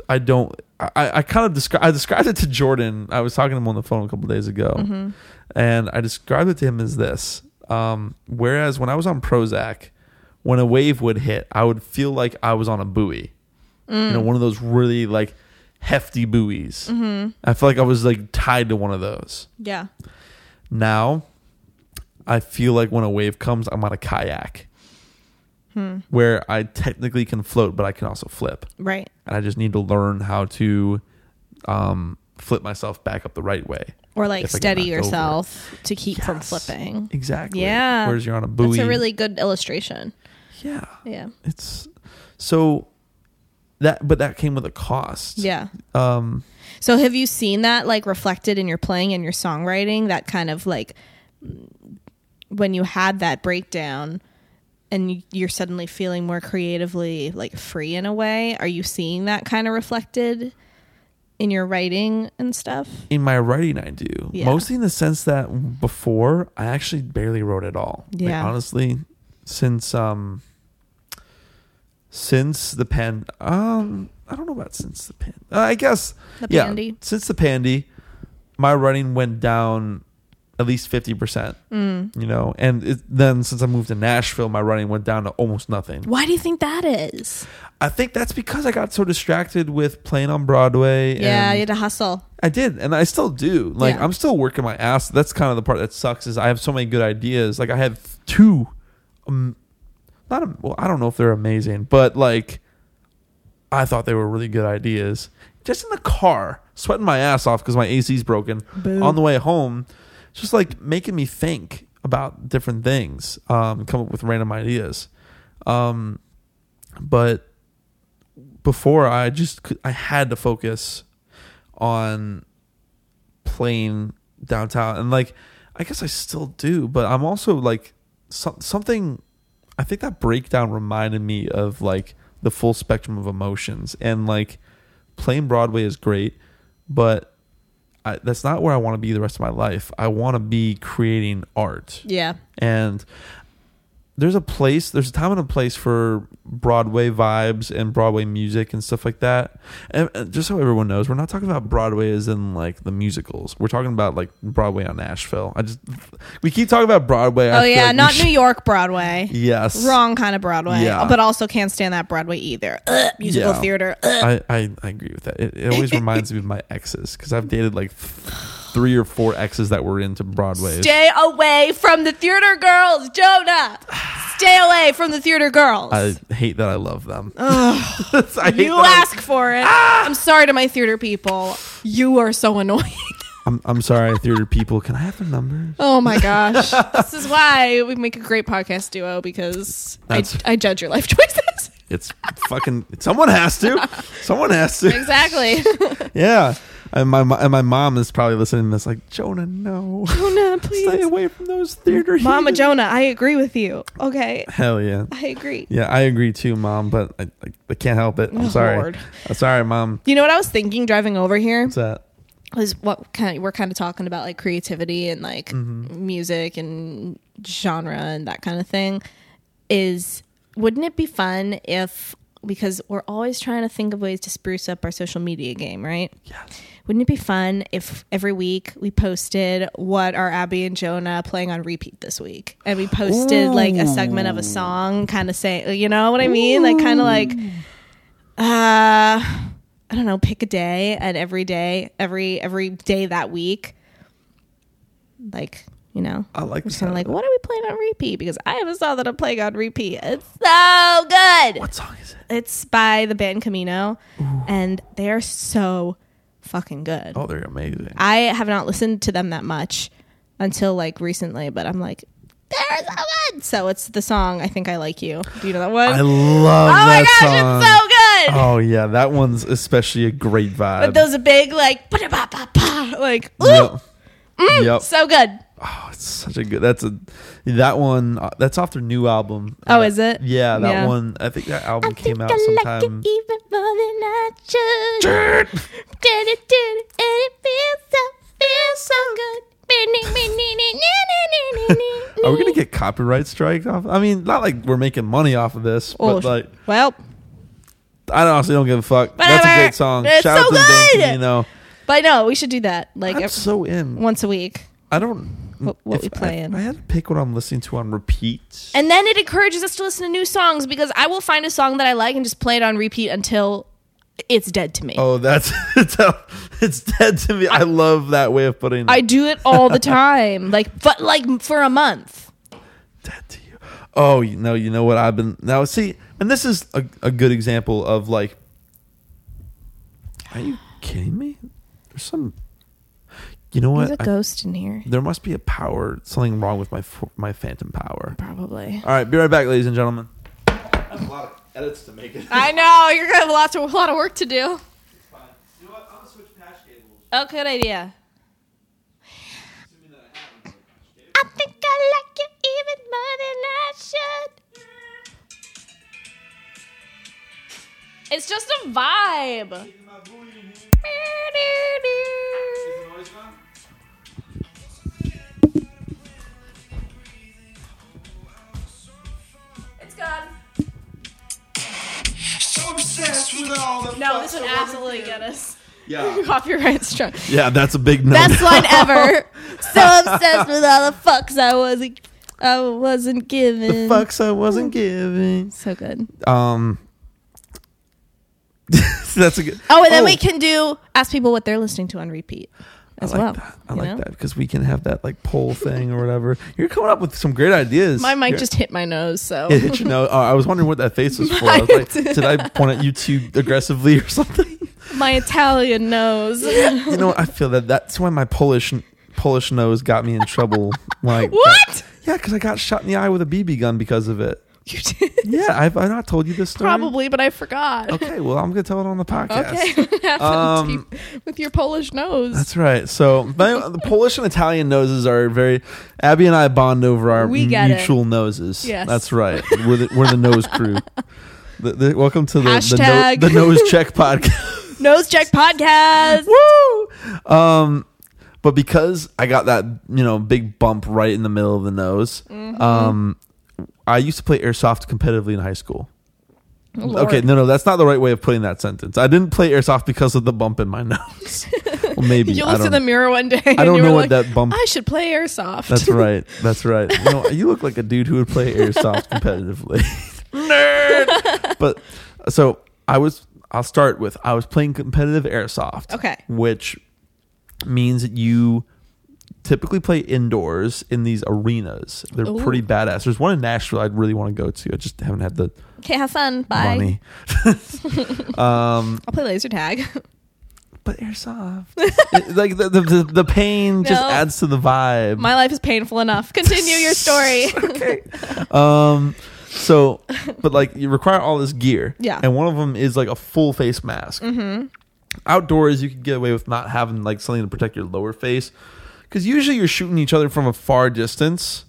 Speaker 1: I don't I- I, I kind of describe I described it to Jordan. I was talking to him on the phone a couple days ago. And I described it to him as this. Um, whereas when I was on Prozac, when a wave would hit, I would feel like I was on a buoy. You
Speaker 2: Mm.
Speaker 1: know, one of those really like hefty buoys.
Speaker 2: Mm-hmm.
Speaker 1: I feel like I was like tied to one of those.
Speaker 2: Yeah.
Speaker 1: Now, I feel like when a wave comes, I'm on a kayak
Speaker 2: Hmm.
Speaker 1: where I technically can float, but I can also flip.
Speaker 2: Right.
Speaker 1: And I just need to learn how to um, flip myself back up the right way.
Speaker 2: or like
Speaker 1: If I get
Speaker 2: steady
Speaker 1: knocked over.
Speaker 2: yourself to keep from
Speaker 1: Yes.
Speaker 2: flipping.
Speaker 1: Exactly.
Speaker 2: Yeah.
Speaker 1: Whereas you're on a buoy.
Speaker 2: That's a really good illustration.
Speaker 1: yeah.
Speaker 2: Yeah.
Speaker 1: It's so that, but that came with a cost.
Speaker 2: Yeah.
Speaker 1: Um,
Speaker 2: So have you seen that like reflected in your playing and your songwriting? That kind of like when you had that breakdown and you're suddenly feeling more creatively like free in a way. Are you seeing that kind of reflected in your writing and stuff?
Speaker 1: in my writing, I do
Speaker 2: Yeah.
Speaker 1: mostly in the sense that before I actually barely wrote at all. Like,
Speaker 2: Yeah.
Speaker 1: honestly, since um, since the pen, um, I don't know about since the pen. Uh, I guess
Speaker 2: The
Speaker 1: yeah,
Speaker 2: pandy?
Speaker 1: since the pandy, my writing went down at least fifty percent.
Speaker 2: Mm.
Speaker 1: You know, and it, then since I moved to Nashville, my writing went down to almost nothing.
Speaker 2: Why do you think that is?
Speaker 1: I think that's because I got so distracted with playing on Broadway.
Speaker 2: yeah,
Speaker 1: and
Speaker 2: you had to hustle.
Speaker 1: I did, and I still do. Like
Speaker 2: Yeah.
Speaker 1: I'm still working my ass. That's kind of the part that sucks is I have so many good ideas. Like I had two, um, not a, well, I don't know if they're amazing, but like I thought they were really good ideas. Just in the car, sweating my ass off because my AC's broken
Speaker 2: Boo.
Speaker 1: on the way home, just like making me think about different things, um, come up with random ideas. Um, but before I just could, I had to focus on playing downtown and like I guess I still do, but I'm also like some, something I think that breakdown reminded me of like the full spectrum of emotions and like playing Broadway is great, but I, that's not where I want to be the rest of my life. I want to be creating art
Speaker 2: Yeah.
Speaker 1: and there's a place there's a time and a place for broadway vibes and broadway music and stuff like that and, and just so everyone knows we're not talking about broadway as in like the musicals we're talking about like broadway on nashville i just we keep talking about broadway I
Speaker 2: Oh
Speaker 1: feel
Speaker 2: yeah,
Speaker 1: like we
Speaker 2: not
Speaker 1: should-
Speaker 2: New York Broadway.
Speaker 1: yes
Speaker 2: Wrong kind of Broadway.
Speaker 1: Yeah.
Speaker 2: But also can't stand that Broadway either. Ugh, musical
Speaker 1: Yeah.
Speaker 2: theater. Ugh.
Speaker 1: I, I, I agree with that. It, it always reminds me of my exes because I've dated like th- three or four exes that were into Broadway.
Speaker 2: Stay away from the theater girls, Jonah. Stay away from the theater girls.
Speaker 1: I hate that I love them. I hate
Speaker 2: you
Speaker 1: that I- Ah!
Speaker 2: ask for it. I'm sorry to my theater people. You are so annoying.
Speaker 1: I'm, I'm sorry, theater people. Can I have the numbers?
Speaker 2: Oh my gosh. this is why we make a great podcast duo because I,
Speaker 1: That's-
Speaker 2: I judge your life choices.
Speaker 1: It's fucking. Someone has to. Someone has to.
Speaker 2: exactly.
Speaker 1: Yeah. And my mo- and my mom is probably listening to this. Like Jonah, no,
Speaker 2: Jonah,
Speaker 1: stay
Speaker 2: please.
Speaker 1: away from those theater.
Speaker 2: Mama
Speaker 1: heathens."
Speaker 2: Jonah, I agree with you. Okay.
Speaker 1: Hell yeah.
Speaker 2: I agree.
Speaker 1: Yeah, I agree too, mom. But I, I, I can't help it. I'm
Speaker 2: Oh,
Speaker 1: sorry.
Speaker 2: Lord.
Speaker 1: I'm sorry, mom.
Speaker 2: You know what I was thinking driving over here?
Speaker 1: What's that?
Speaker 2: was what kind we're kind of talking about like creativity and like music and genre and that kind of thing is wouldn't it be fun if because we're always trying to think of ways to spruce up our social media game right
Speaker 1: Yes.
Speaker 2: wouldn't it be fun if every week we posted what are abby and jonah playing on repeat this week and we posted like a segment of a song kind of saying you know what i mean like kind of like uh i don't know pick a day and every day every every day that week like you know
Speaker 1: I like
Speaker 2: just kind
Speaker 1: that.
Speaker 2: of like what are we playing on repeat because i have a song that i'm playing on repeat it's so good
Speaker 1: What song is it?
Speaker 2: it's by the band Camino, and they are so fucking good.
Speaker 1: Oh, they're amazing.
Speaker 2: I have not listened to them that much until like recently, but I'm like, they're so good. So it's the song I think I like you. Do you know that one?
Speaker 1: I
Speaker 2: oh
Speaker 1: love
Speaker 2: my
Speaker 1: that
Speaker 2: gosh,
Speaker 1: song.
Speaker 2: it's so good.
Speaker 1: Oh yeah, that one's especially a great vibe.
Speaker 2: but those big like, ba-da-ba-ba-ba, like, ooh, Mm.
Speaker 1: Yep. yep.
Speaker 2: so good.
Speaker 1: Oh, it's such a good. That's a that one. uh, That's off their new album.
Speaker 2: Oh, is it?
Speaker 1: Yeah, that
Speaker 2: Yeah.
Speaker 1: one. I think that album
Speaker 2: I
Speaker 1: came
Speaker 2: think
Speaker 1: out
Speaker 2: I like it
Speaker 1: sometime.
Speaker 2: even more than I should. Did it, did it, and it feels so, feels so good.
Speaker 1: Are we gonna get copyright strike off? I mean, not like we're making money off of this,
Speaker 2: Oh,
Speaker 1: but like
Speaker 2: well,
Speaker 1: I honestly don't give a fuck. That's a
Speaker 2: Whatever.
Speaker 1: great song.
Speaker 2: It's
Speaker 1: Shout out
Speaker 2: so
Speaker 1: to the
Speaker 2: good.
Speaker 1: band, you know.
Speaker 2: but no, we should do that like
Speaker 1: I'm
Speaker 2: ev-
Speaker 1: so in.
Speaker 2: once a week,
Speaker 1: I don't.
Speaker 2: What- what
Speaker 1: Mm, if
Speaker 2: we playing?
Speaker 1: I, I had to pick what I'm listening to on repeat.
Speaker 2: and then it encourages us to listen to new songs because I will find a song that I like and just play it on repeat until it's dead to me.
Speaker 1: oh, that's it's, it's dead to me. I, love that way of putting. it.
Speaker 2: I do it all the time, like but like for a month.
Speaker 1: that to you. Oh, you know, you know what I've been now. See, and this is a, a good example of like, are you kidding me? There's some. You know
Speaker 2: There's
Speaker 1: what?
Speaker 2: a
Speaker 1: I-
Speaker 2: ghost in here.
Speaker 1: there must be a power, something wrong with my f- my phantom power.
Speaker 2: Probably.
Speaker 1: All right, be right back, ladies and gentlemen. I have a lot of edits to make. It.
Speaker 2: I know you're gonna have lots of a lot of work to do.
Speaker 1: You know what? I'm gonna switch patch cables.
Speaker 2: Oh, good idea.
Speaker 1: Assuming that I have them.
Speaker 2: I think I like you even more than I should. It's just a vibe.
Speaker 1: Is my buoy in here? Is the noise gone?
Speaker 2: It's gone.
Speaker 3: So obsessed with all the
Speaker 2: No, this
Speaker 3: fucks
Speaker 2: would
Speaker 3: I wanna
Speaker 2: absolutely
Speaker 3: do.
Speaker 2: get us
Speaker 1: Yeah.
Speaker 2: copyright struck.
Speaker 1: Yeah, that's a big no.
Speaker 2: Best line ever. so obsessed with all the fucks I wasn't, I wasn't
Speaker 1: the
Speaker 2: given.
Speaker 1: fucks I wasn't giving.
Speaker 2: So good.
Speaker 1: Um. that's a good.
Speaker 2: Oh, and then we can do ask people what they're listening to on repeat as
Speaker 1: I like
Speaker 2: well.
Speaker 1: That. I
Speaker 2: you
Speaker 1: like
Speaker 2: know?
Speaker 1: that because we can have that like poll thing or whatever. You're coming up with some great ideas.
Speaker 2: My mic
Speaker 1: You're-
Speaker 2: just hit my nose, so
Speaker 1: It hit your nose. Oh, I was wondering what that face was for. I was like, did I point at you too aggressively or something?
Speaker 2: my Italian nose.
Speaker 1: You know, I feel that that's why my Polish Polish nose got me in trouble. Like
Speaker 2: What?
Speaker 1: Yeah, because I got shot in the eye with a BB gun because of it.
Speaker 2: You did.
Speaker 1: Yeah, I've I not told you this story.
Speaker 2: Probably, but I forgot.
Speaker 1: Okay, well, I'm gonna tell it on the podcast.
Speaker 2: Okay, what happened to
Speaker 1: Um,
Speaker 2: you with your Polish nose?
Speaker 1: That's right. So but the Polish and Italian noses are very. Abby and I bond over our
Speaker 2: We get it.
Speaker 1: mutual noses.
Speaker 2: Yes.
Speaker 1: that's right. We're the, we're the nose crew. The, the, welcome to the the,
Speaker 2: Hashtag.
Speaker 1: no, the nose check podcast.
Speaker 2: nose check podcast.
Speaker 1: Woo! Um, but because I got that you know big bump right in the middle of the nose,
Speaker 2: Mm-hmm.
Speaker 1: um, I used to play airsoft competitively in high school.
Speaker 2: Lord.
Speaker 1: Okay, no, no, that's not the right way of putting that sentence. I didn't play airsoft because of the bump in my nose. well, maybe
Speaker 2: You
Speaker 1: I
Speaker 2: looked
Speaker 1: don't
Speaker 2: in the mirror one day. and
Speaker 1: don't
Speaker 2: you were
Speaker 1: know
Speaker 2: like,
Speaker 1: what that bump-
Speaker 2: I should play airsoft.
Speaker 1: That's right. That's right. You, know, you look like a dude who would play airsoft competitively. Nerd. But so I was. I'll start with I was playing competitive airsoft.
Speaker 2: Okay.
Speaker 1: Which means that you typically play indoors in these arenas. They're
Speaker 2: Ooh.
Speaker 1: pretty badass. There's one in Nashville I'd really want to go to. I just haven't had the
Speaker 2: okay, have fun. Bye.
Speaker 1: money. Um,
Speaker 2: I'll play laser tag.
Speaker 1: But airsoft, It- like the the, the, the pain just
Speaker 2: No.
Speaker 1: adds to the vibe.
Speaker 2: My life is painful enough. Continue your story.
Speaker 1: okay. Um. So, but like you require all this gear.
Speaker 2: Yeah.
Speaker 1: And one of them is like a full face mask. Mm-hmm. Outdoors, you can get away with not having like something to protect your lower face, because usually you're shooting each other from a far distance,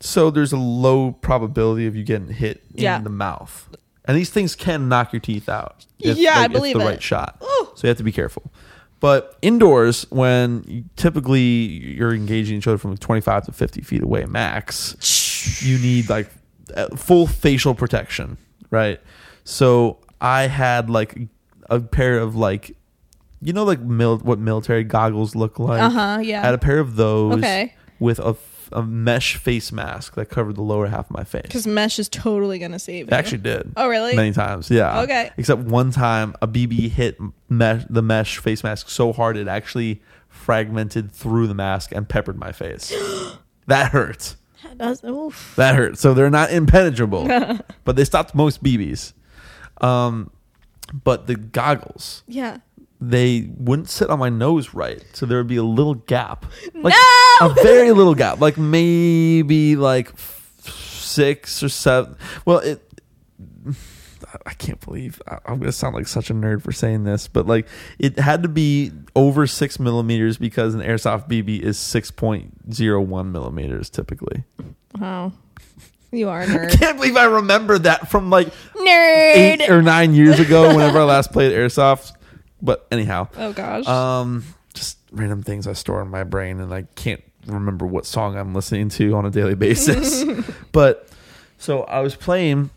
Speaker 1: so there's a low probability of you getting hit
Speaker 2: Yeah.
Speaker 1: in the mouth. And these things can knock your teeth out.
Speaker 2: Yeah, I
Speaker 1: like,
Speaker 2: believe
Speaker 1: it's the
Speaker 2: it.
Speaker 1: right shot.
Speaker 2: Ooh.
Speaker 1: So you have to be careful. But indoors, when you, typically you're engaging each other from 25 to 50 feet away max, you need like uh, full facial protection, right? So I had like a pair of like, you know, like mil- what military goggles look like.
Speaker 2: Uh-huh, yeah.
Speaker 1: I had a pair of those
Speaker 2: Okay.
Speaker 1: with a, f- a mesh face mask that covered the lower half of my face.
Speaker 2: Because mesh is totally gonna save
Speaker 1: It
Speaker 2: you.
Speaker 1: actually did.
Speaker 2: Oh, really?
Speaker 1: Many times, yeah.
Speaker 2: Okay.
Speaker 1: Except one time, a BB hit mesh, the mesh face mask so hard it actually fragmented through the mask and peppered my face. that hurt.
Speaker 2: That does- oof.
Speaker 1: That hurt. So they're not impenetrable, but they stopped most BBs. Um, but the goggles,
Speaker 2: Yeah.
Speaker 1: they wouldn't sit on my nose right, so there would be a little gap, like
Speaker 2: No!
Speaker 1: a very little gap, like maybe like f- six or seven. Well, it. I can't believe I- I'm going to sound like such a nerd for saying this, but like it had to be over six millimeters because an airsoft BB is six point zero one millimeters typically.
Speaker 2: Wow. You are a
Speaker 1: I
Speaker 2: nerd.
Speaker 1: can't believe I remember that from like
Speaker 2: nerd.
Speaker 1: eight or nine years ago, whenever I last played airsoft. But anyhow,
Speaker 2: oh gosh.
Speaker 1: um, just random things I store in my brain, and I can't remember what song I'm listening to on a daily basis. but so I was playing.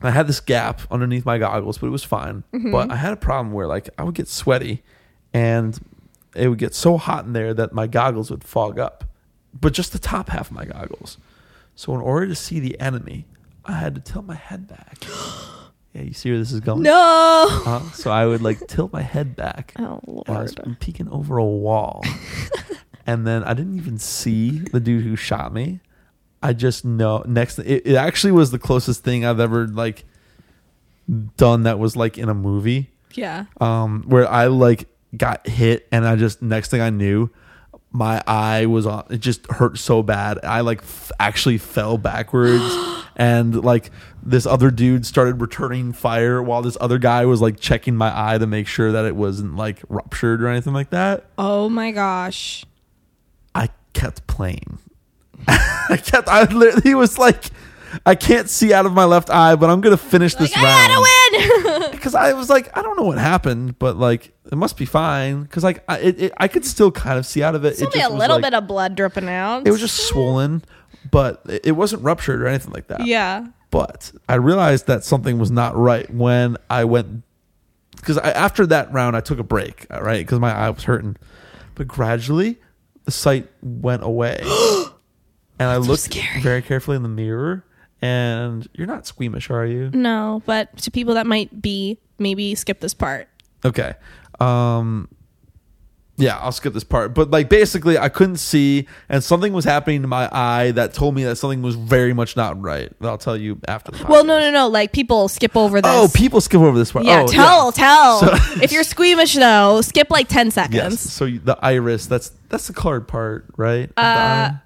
Speaker 1: I had this gap underneath my goggles, but it was fine. But I had a problem where like I would get sweaty, and it would get so hot in there that my goggles would fog up, but just the top half of my goggles. So in order to see the enemy, I had to tilt my head back. yeah, you see where this is going.
Speaker 2: no.
Speaker 1: Uh, so I would like tilt my head back.
Speaker 2: Oh,
Speaker 1: and I was
Speaker 2: Lord.
Speaker 1: peeking over a wall. and then I didn't even see the dude who shot me. I just know next it, it actually was the closest thing I've ever like done that was like in a movie
Speaker 2: yeah.
Speaker 1: um, where I like got hit, and I just next thing I knew, my eye was on it just hurt so bad i like f- actually fell backwards and like this other dude started returning fire while this other guy was like checking my eye to make sure that it wasn't like ruptured or anything like that
Speaker 2: Oh my gosh.
Speaker 1: I kept playing. I kept. I literally he was like, I can't see out of my left eye, but I'm gonna finish this
Speaker 2: I
Speaker 1: round
Speaker 2: gotta win.
Speaker 1: because I was like, I don't know what happened, but like it must be fine because like I it, it, I could still kind of see out of it.
Speaker 2: It's only a little bit of blood dripping out.
Speaker 1: It was just swollen, but it, it wasn't ruptured or anything like that.
Speaker 2: yeah.
Speaker 1: But I realized that something was not right when I went because I, after that round I took a break, all right, because my eye was hurting. But gradually, the sight went away, and I looked
Speaker 2: scary.
Speaker 1: very carefully in the mirror. And you're not squeamish, are you?
Speaker 2: No, but to people that might be, maybe skip this part.
Speaker 1: Okay. Um yeah, I'll skip this part. But like basically I couldn't see and something was happening to my eye that told me that something was very much not right. But I'll tell you after the
Speaker 2: Well,
Speaker 1: podcast.
Speaker 2: no, no, no. Like people skip over this.
Speaker 1: Oh, people skip over this part.
Speaker 2: yeah.
Speaker 1: oh,
Speaker 2: tell, tell.
Speaker 1: So-
Speaker 2: if you're squeamish though, skip like ten seconds.
Speaker 1: Yes. So you- the iris, that's that's the colored part, right? Of the eye?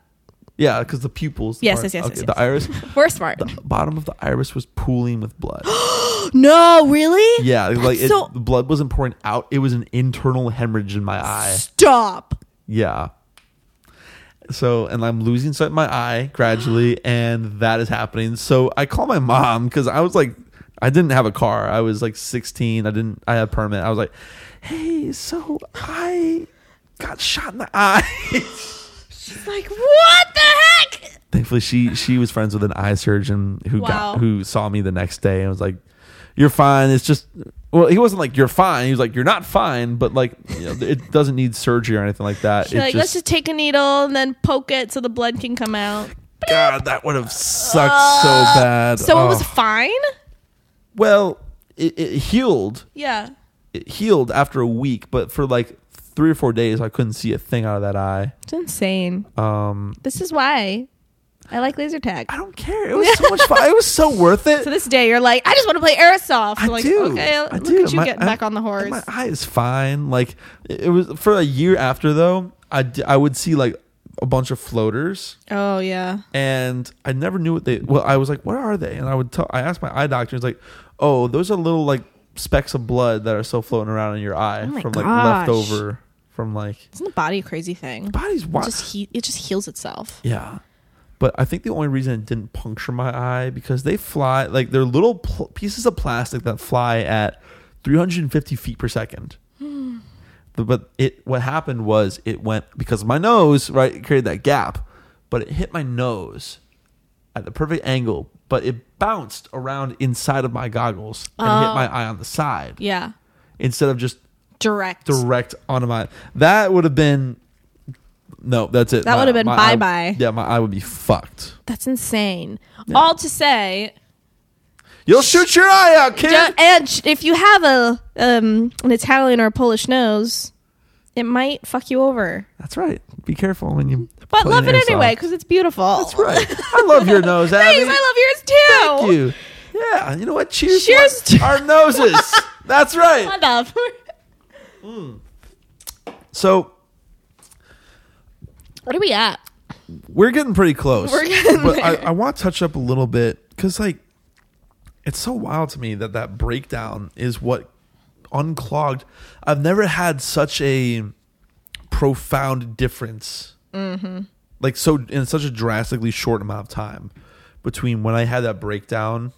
Speaker 1: yeah, because the pupils. the
Speaker 2: Uh, Yes,
Speaker 1: part-
Speaker 2: yes, yes,
Speaker 1: okay,
Speaker 2: yes,
Speaker 1: The iris,
Speaker 2: We're smart.
Speaker 1: bottom of the iris was pooling with blood.
Speaker 2: No, really?
Speaker 1: Yeah, like it,
Speaker 2: so-
Speaker 1: the blood wasn't pouring out. It was an internal hemorrhage in my eye.
Speaker 2: Stop.
Speaker 1: Yeah. So, and I'm losing sight in my eye gradually, and that is happening. So I call my mom because I was like, I didn't have a car. I was like 16. I didn't, I had a permit. I was like, hey, so I got shot in the eye.
Speaker 2: It's like what the heck?
Speaker 1: Thankfully, she she was friends with an eye surgeon who
Speaker 2: Wow.
Speaker 1: got who saw me the next day and was like, "You're fine. It's just." Well, he wasn't like you're fine. He was like you're not fine, but like you know, it doesn't need surgery or anything like that. It
Speaker 2: You're like, let's just take a needle and then poke it so the blood can come out.
Speaker 1: God, that would have sucked so bad.
Speaker 2: Uh, So it was
Speaker 1: Oh.
Speaker 2: fine?
Speaker 1: well, it, it healed.
Speaker 2: Yeah.
Speaker 1: It healed after a week, but for like three or four days, I couldn't see a thing out of that eye.
Speaker 2: It's insane.
Speaker 1: Um,
Speaker 2: This is why I like laser tag.
Speaker 1: I don't care. It was so much fun. It was so worth it.
Speaker 2: To this day, you're like, I just want to play airsoft.
Speaker 1: I
Speaker 2: You're like,
Speaker 1: do.
Speaker 2: okay,
Speaker 1: I
Speaker 2: look
Speaker 1: do.
Speaker 2: at you
Speaker 1: My-
Speaker 2: getting
Speaker 1: I-
Speaker 2: back on the horse.
Speaker 1: and My eye is fine. Like it it was for a year after though. I d- I would see like a bunch of floaters
Speaker 2: oh yeah.
Speaker 1: and I never knew what they. Well, I was like, "What are they?" And I would tell. I asked my eye doctor. He's like, "Oh, those are little like specks of blood that are still floating around in your eye
Speaker 2: Oh my
Speaker 1: from like
Speaker 2: gosh.
Speaker 1: leftover from like
Speaker 2: Isn't the body a crazy thing?
Speaker 1: body's
Speaker 2: It
Speaker 1: wild."
Speaker 2: just he- it just heals itself.
Speaker 1: yeah, but I think the only reason it didn't puncture my eye because they fly like they're little pl- pieces of plastic that fly at 350 feet per second. The- but it what happened was it went because my nose right it created that gap, but it hit my nose at the perfect angle, but it bounced around inside of my goggles and hit my eye on the side
Speaker 2: Yeah.
Speaker 1: instead of just
Speaker 2: Direct.
Speaker 1: direct onto my. That would have been no, that's it.
Speaker 2: That
Speaker 1: My-
Speaker 2: would have been
Speaker 1: my eye-
Speaker 2: bye-bye.
Speaker 1: Yeah, my eye would be fucked.
Speaker 2: That's insane. All to say,
Speaker 1: You'll shoot your eye out, kid.
Speaker 2: ju- and sh- if you have a um an Italian or a Polish nose, it might fuck you over.
Speaker 1: that's right. Be careful when you.
Speaker 2: But
Speaker 1: play
Speaker 2: love
Speaker 1: an
Speaker 2: it
Speaker 1: airsoft.
Speaker 2: anyway because it's beautiful.
Speaker 1: That's right. I love your nose, Abby.
Speaker 2: Thanks, I love yours too.
Speaker 1: Thank you. Yeah, you know what? Cheers.
Speaker 2: Cheers
Speaker 1: to our our noses. That's right.
Speaker 2: Enough.
Speaker 1: So
Speaker 2: what are we at?
Speaker 1: we're getting pretty close.
Speaker 2: We're getting
Speaker 1: but I, I want to touch up a little bit because, like, it's so wild to me that that breakdown is what unclogged. I've never had such a profound difference, like so in such a drastically short amount of time between when I had that breakdown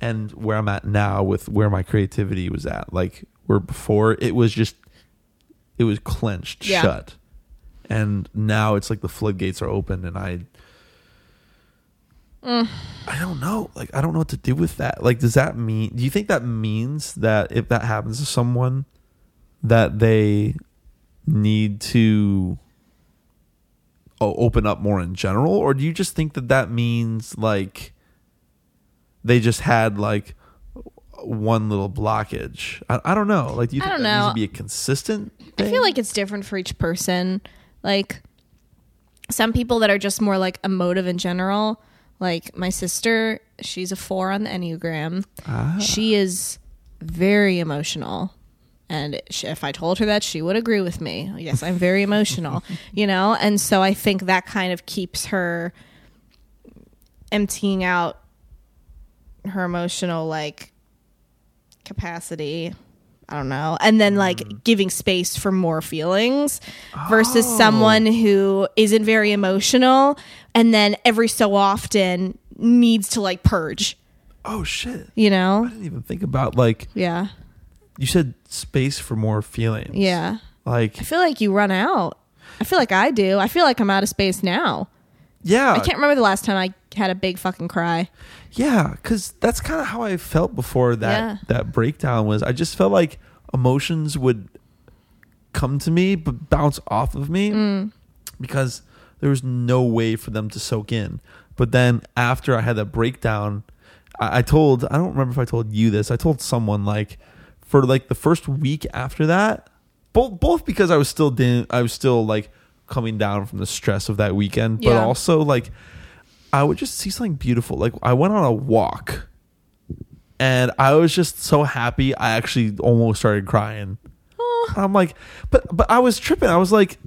Speaker 1: and where I'm at now with where my creativity was at. Like where before it was just it was clenched
Speaker 2: Yeah.
Speaker 1: shut. And now it's like the floodgates are open and I I don't know. Like I don't know what to do with that. Like does that mean do you think that means that if that happens to someone that they need to o- open up more in general or do you just think that that means like they just had like one little blockage i, I don't know like do you
Speaker 2: I
Speaker 1: think
Speaker 2: don't
Speaker 1: that needs
Speaker 2: know.
Speaker 1: to be a consistent
Speaker 2: I
Speaker 1: thing?
Speaker 2: feel like it's different for each person. Like some people that are just more like emotive in general. Like my sister, she's a four on the Enneagram. She is very emotional. And sh if I told her that, she would agree with me. Yes, I'm very emotional, you know? And so I think that kind of keeps her emptying out her emotional, like, capacity. I don't know. And then, like, giving space for more feelings versus someone who isn't very emotional and then every so often needs to, like, purge,
Speaker 1: Oh shit!
Speaker 2: you
Speaker 1: I
Speaker 2: know?
Speaker 1: didn't even think about like
Speaker 2: Yeah.
Speaker 1: you said space for more feelings.
Speaker 2: Yeah.
Speaker 1: Like
Speaker 2: I feel like you run out. I feel like I do. I feel like I'm out of space now.
Speaker 1: yeah,
Speaker 2: I can't remember the last time I had a big fucking cry.
Speaker 1: yeah, because that's kind of how I felt before that
Speaker 2: Yeah.
Speaker 1: that breakdown was. I just felt like emotions would come to me but bounce off of me because there was no way for them to soak in. But then after I had that breakdown, I, I told I don't remember if I told you this. I told someone like for like the first week after that, both both because I was still didn't I was still like coming down from the stress of that weekend, but
Speaker 2: Yeah.
Speaker 1: also like I would just see something beautiful. Like I went on a walk and I was just so happy. I actually almost started crying. I'm like, but but I was tripping. I was like,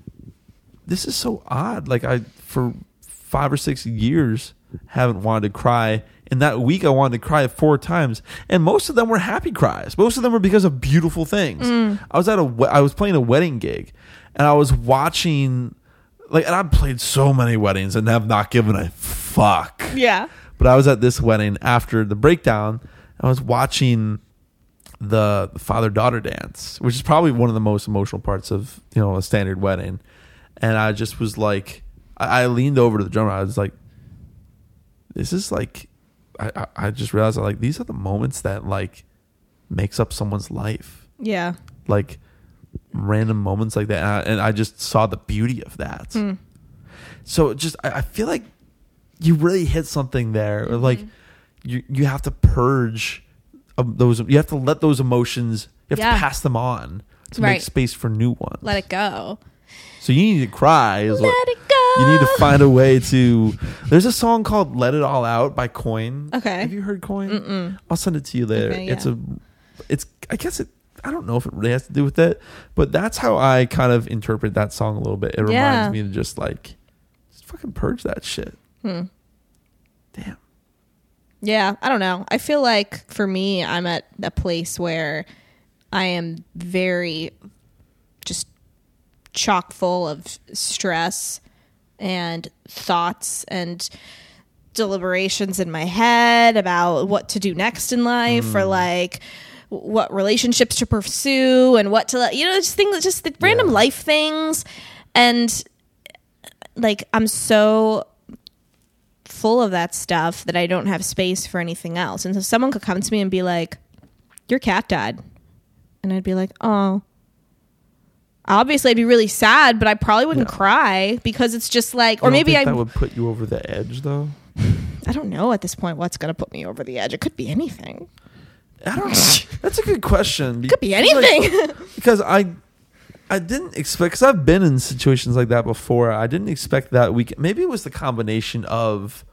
Speaker 1: this is so odd. Like I for five or six years haven't wanted to cry. And that week I wanted to cry four times, and most of them were happy cries. Most of them were because of beautiful things. I was at a we- I was playing a wedding gig, and I was watching like and I've played so many weddings and have not given a fuck.
Speaker 2: Yeah.
Speaker 1: But I was at this wedding after the breakdown. I was watching the father daughter dance, which is probably one of the most emotional parts of you know a standard wedding. And I just was like, I, I leaned over to the drummer. I was like, "This is like," I, I, I just realized like these are the moments that like makes up someone's life,
Speaker 2: Yeah.
Speaker 1: like random moments like that. And I, and I just saw the beauty of that.
Speaker 2: Hmm.
Speaker 1: So it just I, I feel like you really hit something there. Or like
Speaker 2: Mm-hmm.
Speaker 1: you you have to purge of those. You have to let those emotions. You have
Speaker 2: Yeah.
Speaker 1: to pass them on to
Speaker 2: Right.
Speaker 1: make space for new ones.
Speaker 2: Let it go.
Speaker 1: So you need to cry. Is
Speaker 2: Let
Speaker 1: what,
Speaker 2: it go.
Speaker 1: You need to find a way to. There's a song called "Let It All Out" by Coin.
Speaker 2: Okay.
Speaker 1: Have you heard Coin? Mm-mm. I'll send it to you later.
Speaker 2: Okay, yeah.
Speaker 1: It's a. It's. I guess it. I don't know if it really has to do with it, but that's how I kind of interpret that song a little bit. It reminds
Speaker 2: Yeah.
Speaker 1: me to just like, just fucking purge that shit.
Speaker 2: Hmm.
Speaker 1: Damn.
Speaker 2: Yeah. I don't know. I feel like for me, I'm at a place where I am very just chock full of stress and thoughts and deliberations in my head about what to do next in life or like w- what relationships to pursue and what to let you know just things just the random
Speaker 1: Yeah.
Speaker 2: life things and like i'm so full of that stuff that i don't have space for anything else and so someone could come to me and be like your cat died and i'd be like oh obviously i'd be really sad but i probably wouldn't
Speaker 1: Yeah.
Speaker 2: cry because it's just like or
Speaker 1: You don't
Speaker 2: maybe
Speaker 1: think
Speaker 2: i
Speaker 1: that would put you over the edge, though.
Speaker 2: I don't know at this point what's going to put me over the edge. It could be anything.
Speaker 1: I don't. know. That's a good question.
Speaker 2: Could be
Speaker 1: Because, like,
Speaker 2: anything.
Speaker 1: because I I didn't expect because I've been in situations like that before. I didn't expect that week. Maybe it was the combination of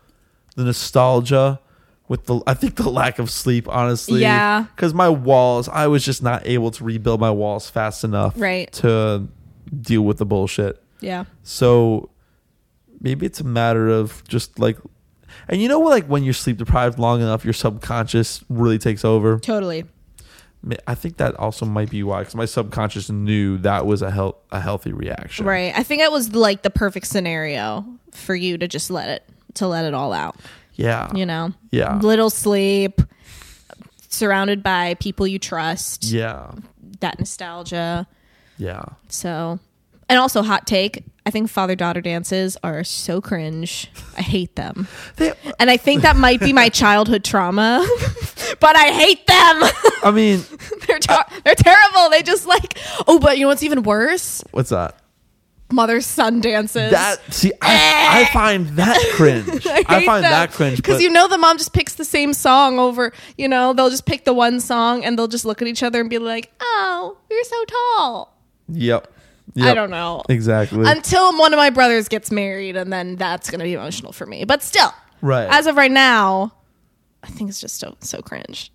Speaker 1: the nostalgia with the I think the lack of sleep. Honestly,
Speaker 2: Yeah.
Speaker 1: Because my walls, I was just not able to rebuild my walls fast enough,
Speaker 2: Right.
Speaker 1: To deal with the bullshit.
Speaker 2: yeah.
Speaker 1: So maybe it's a matter of just like, and you know what? Like when you're sleep deprived long enough, your subconscious really takes over.
Speaker 2: Totally.
Speaker 1: Ma- I think that also might be why, because my subconscious knew that was a health a healthy reaction.
Speaker 2: Right. I think that was like the perfect scenario for you to just let it to let it all out,
Speaker 1: Yeah.
Speaker 2: you know.
Speaker 1: Yeah.
Speaker 2: Little sleep, surrounded by people you trust,
Speaker 1: Yeah.
Speaker 2: that nostalgia.
Speaker 1: Yeah.
Speaker 2: So, and also hot take, I think father-daughter dances are so cringe. I hate them.
Speaker 1: They,
Speaker 2: And I think that might be my childhood trauma, but I hate them.
Speaker 1: I mean,
Speaker 2: They're
Speaker 1: Uh,
Speaker 2: ter- they're terrible. They just like oh, but you know what's even worse?
Speaker 1: what's that?
Speaker 2: Mother son dances.
Speaker 1: That see, I, I find that cringe. I, find that cringe
Speaker 2: because
Speaker 1: but-
Speaker 2: you know the mom just picks the same song over. You know they'll just pick the one song and they'll just look at each other and be like, "Oh, you're so tall."
Speaker 1: Yep. yep.
Speaker 2: don't know.
Speaker 1: exactly.
Speaker 2: Until one of my brothers gets married, and then that's gonna be emotional for me. But still,
Speaker 1: right.
Speaker 2: as of right now, I think it's just so so cringe.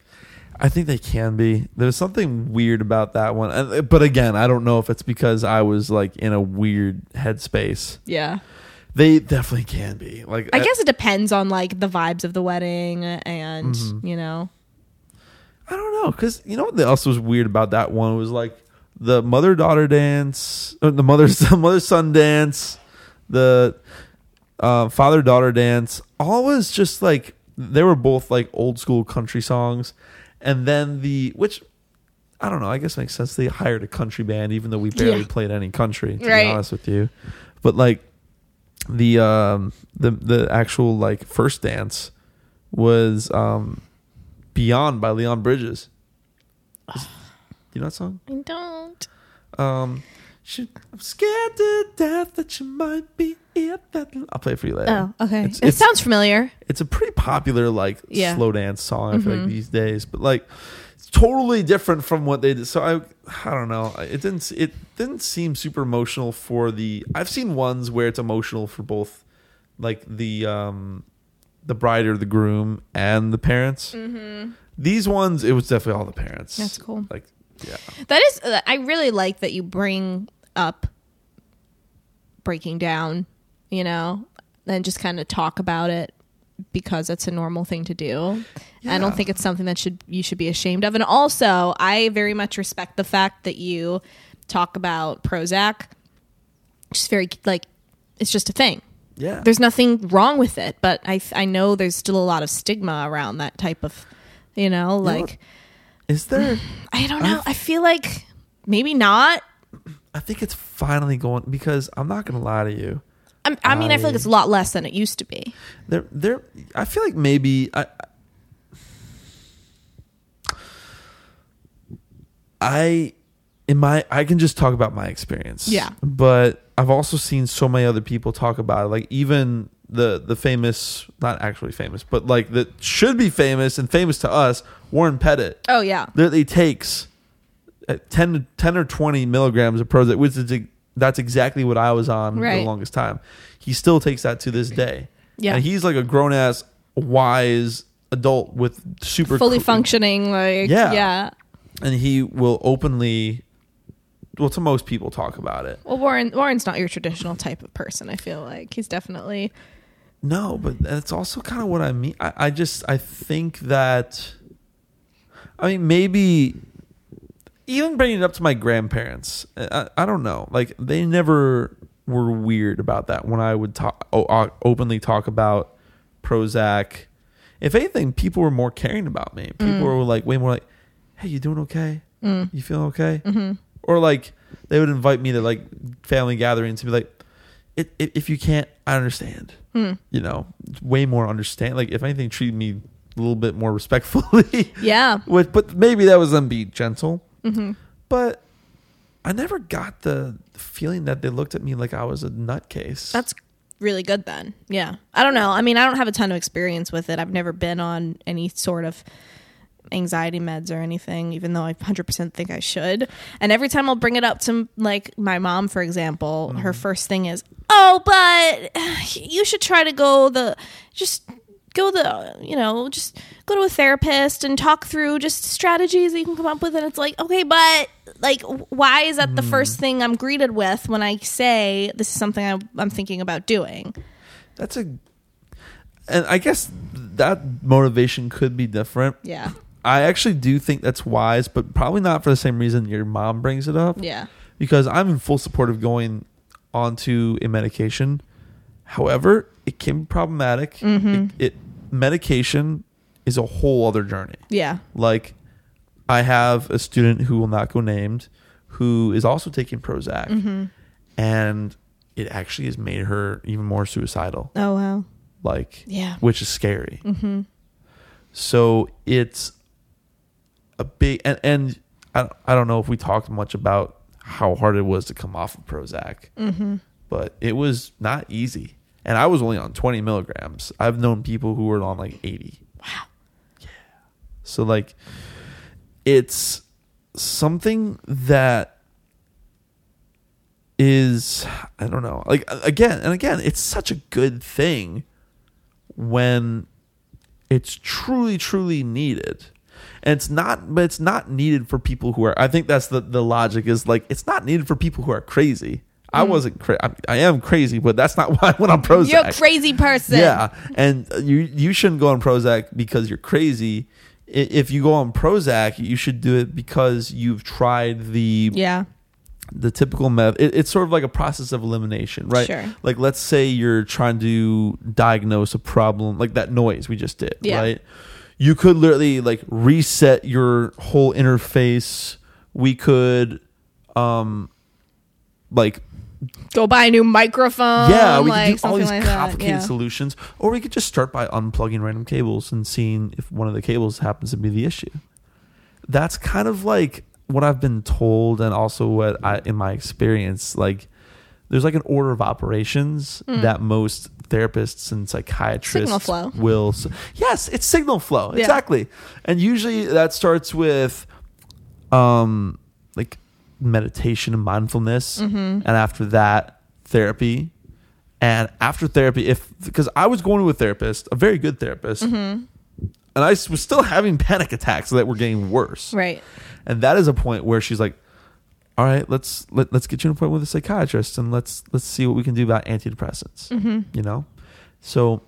Speaker 1: I think they can be. There's something weird about that one, And- uh, but again, I don't know if it's because I was like in a weird headspace.
Speaker 2: Yeah.
Speaker 1: They definitely can be. Like uh,
Speaker 2: I guess it depends on like the vibes of the wedding and
Speaker 1: Mm-hmm.
Speaker 2: you know.
Speaker 1: I don't know because you know what else was weird about that one was like the mother daughter dance, or the mother mother son dance, the uh, father daughter dance. All was just like they were both like old school country songs, and then the which I don't know. I guess makes sense. They hired a country band, even though we barely
Speaker 2: Yeah.
Speaker 1: played any country. To
Speaker 2: Right.
Speaker 1: be honest with you, but like the um the the actual like first dance was um Beyond by Leon Bridges. Do you know that song?
Speaker 2: I don't.
Speaker 1: Um, should, I'm scared to death that you might be it. That I'll play it for you later.
Speaker 2: Oh, okay.
Speaker 1: Uh, It's,
Speaker 2: it
Speaker 1: it's,
Speaker 2: sounds familiar.
Speaker 1: it's a pretty popular like
Speaker 2: Yeah. Mm-hmm.
Speaker 1: slow dance song. I feel like these days, but like it's totally different from what they did. So I, I don't know. It didn't. s- It didn't seem super emotional for the. I've seen ones where it's emotional for both, like the um, the bride or the groom and the parents. These ones, it was definitely all the parents.
Speaker 2: Mm-hmm. That's cool.
Speaker 1: Like, yeah.
Speaker 2: That is uh, I really like that you bring up breaking down, you know, and just kind of talk about it because it's a normal thing to do. I
Speaker 1: Yeah.
Speaker 2: don't think it's something that should you should be ashamed of. And also, I very much respect the fact that you talk about Prozac. Just very like it's just a thing.
Speaker 1: Yeah.
Speaker 2: there's nothing wrong with it but i i know there's still a lot of stigma around that type of you know like
Speaker 1: Is there?
Speaker 2: i don't know i feel like maybe not
Speaker 1: I think it's finally going because I'm not going to lie to you.
Speaker 2: i I mean i feel like it's a lot less than it used to be
Speaker 1: There, there. I feel like maybe I. I, in my, I can just talk about my experience.
Speaker 2: Yeah.
Speaker 1: But I've also seen so many other people talk about it. Like even the the famous, not actually famous, but like that should be famous and famous to us, Warren Pettit.
Speaker 2: oh yeah
Speaker 1: that he takes uh, 10, to- 10 or 20 milligrams of Prozac, which is ex- that's exactly what I was on for
Speaker 2: Right.
Speaker 1: the longest time. He still takes that to this day.
Speaker 2: Yeah.
Speaker 1: And he's like a grown ass, wise adult with super
Speaker 2: fully
Speaker 1: cl-
Speaker 2: functioning like
Speaker 1: Yeah.
Speaker 2: yeah.
Speaker 1: And he will openly, well, to most people, talk about it.
Speaker 2: well warren warren's not your traditional type of person i feel like he's definitely
Speaker 1: No, but that's also kind of what I mean. I, I just I think that I mean maybe even bringing it up to my grandparents. I, I I don't know. Like they never were weird about that when I would talk o- o- openly talk about Prozac. If anything, people were more caring about me. People were like way more like, "Hey, you doing okay?
Speaker 2: mm.
Speaker 1: You feeling okay?"
Speaker 2: Mm-hmm.
Speaker 1: Or like they would invite me to like family gatherings to be like, it, it, if you can't, I understand.
Speaker 2: Hmm.
Speaker 1: You know, it's way more understand. Like if anything, treat me a little bit more respectfully.
Speaker 2: yeah Mm-hmm.
Speaker 1: With, but maybe that was them being gentle. But I never got the feeling that they looked at me like I was a nutcase.
Speaker 2: That's really good then. Yeah. I don't know. I mean, I don't have a ton of experience with it. I've never been on any sort of anxiety meds or anything, even though I 100% think I should. And every time I'll bring it up to like my mom, for example, her first thing is, "Oh, but you should try to go the just go the you know just go to a therapist and talk through just strategies that you can come up with and it's like okay but like why is that the first thing i'm greeted with when i say this is something I, i'm thinking about doing
Speaker 1: That's a, and I guess that motivation could be different.
Speaker 2: yeah
Speaker 1: I actually do think that's wise, but probably not for the same reason your mom brings it up.
Speaker 2: yeah
Speaker 1: because I'm in full support of going onto a medication. However, it can be problematic. It, it medication is a whole other journey.
Speaker 2: yeah
Speaker 1: Like I have a student who will not go named who is also taking Prozac and it actually has made her even more suicidal.
Speaker 2: oh wow
Speaker 1: Like
Speaker 2: Yeah.
Speaker 1: which is scary. So it's a big and and I, I don't know if we talked much about how hard it was to come off of Prozac, but it was not easy. And I was only on 20 milligrams. I've known people who were on like 80. Wow. Yeah. So like, it's something that is I don't know. Like again and again, it's such a good thing when it's truly, truly needed. and it's not but it's not needed for people who are i think that's the the logic is like it's not needed for people who are crazy i wasn't cra- I, I am crazy but that's not why i went on prozac
Speaker 4: You're a crazy person.
Speaker 1: yeah, and you you shouldn't go on Prozac because you're crazy. I- If you go on Prozac, you should do it because you've tried the
Speaker 2: Yeah.
Speaker 1: the typical method. It, it's sort of like a process of elimination, right?
Speaker 2: Sure.
Speaker 1: Like let's say you're trying to diagnose a problem, like that noise we just did,
Speaker 2: Yeah.
Speaker 1: right? You could literally like reset your whole interface. We could, um, like
Speaker 2: Go buy a new microphone.
Speaker 1: yeah, we could
Speaker 2: like,
Speaker 1: do all
Speaker 2: something
Speaker 1: these
Speaker 2: like
Speaker 1: complicated
Speaker 2: that. Yeah.
Speaker 1: solutions, or we could just start by unplugging random cables and seeing if one of the cables happens to be the issue. That's kind of like what I've been told, and also what I, in my experience, like there's like an order of operations that most therapists and psychiatrists
Speaker 2: Mm. Signal flow.
Speaker 1: will. s- Yes, it's signal flow
Speaker 2: Yeah.
Speaker 1: exactly, and usually that starts with um like meditation and mindfulness and after that therapy and after therapy if because i was going to a therapist a very good therapist
Speaker 2: Mm-hmm.
Speaker 1: and i s- was still having panic attacks that were getting worse
Speaker 2: Right.
Speaker 1: and that is a point where she's like all right let's let, let's get you an appointment with a psychiatrist and let's let's see what we can do about antidepressants
Speaker 2: Mm-hmm.
Speaker 1: you know so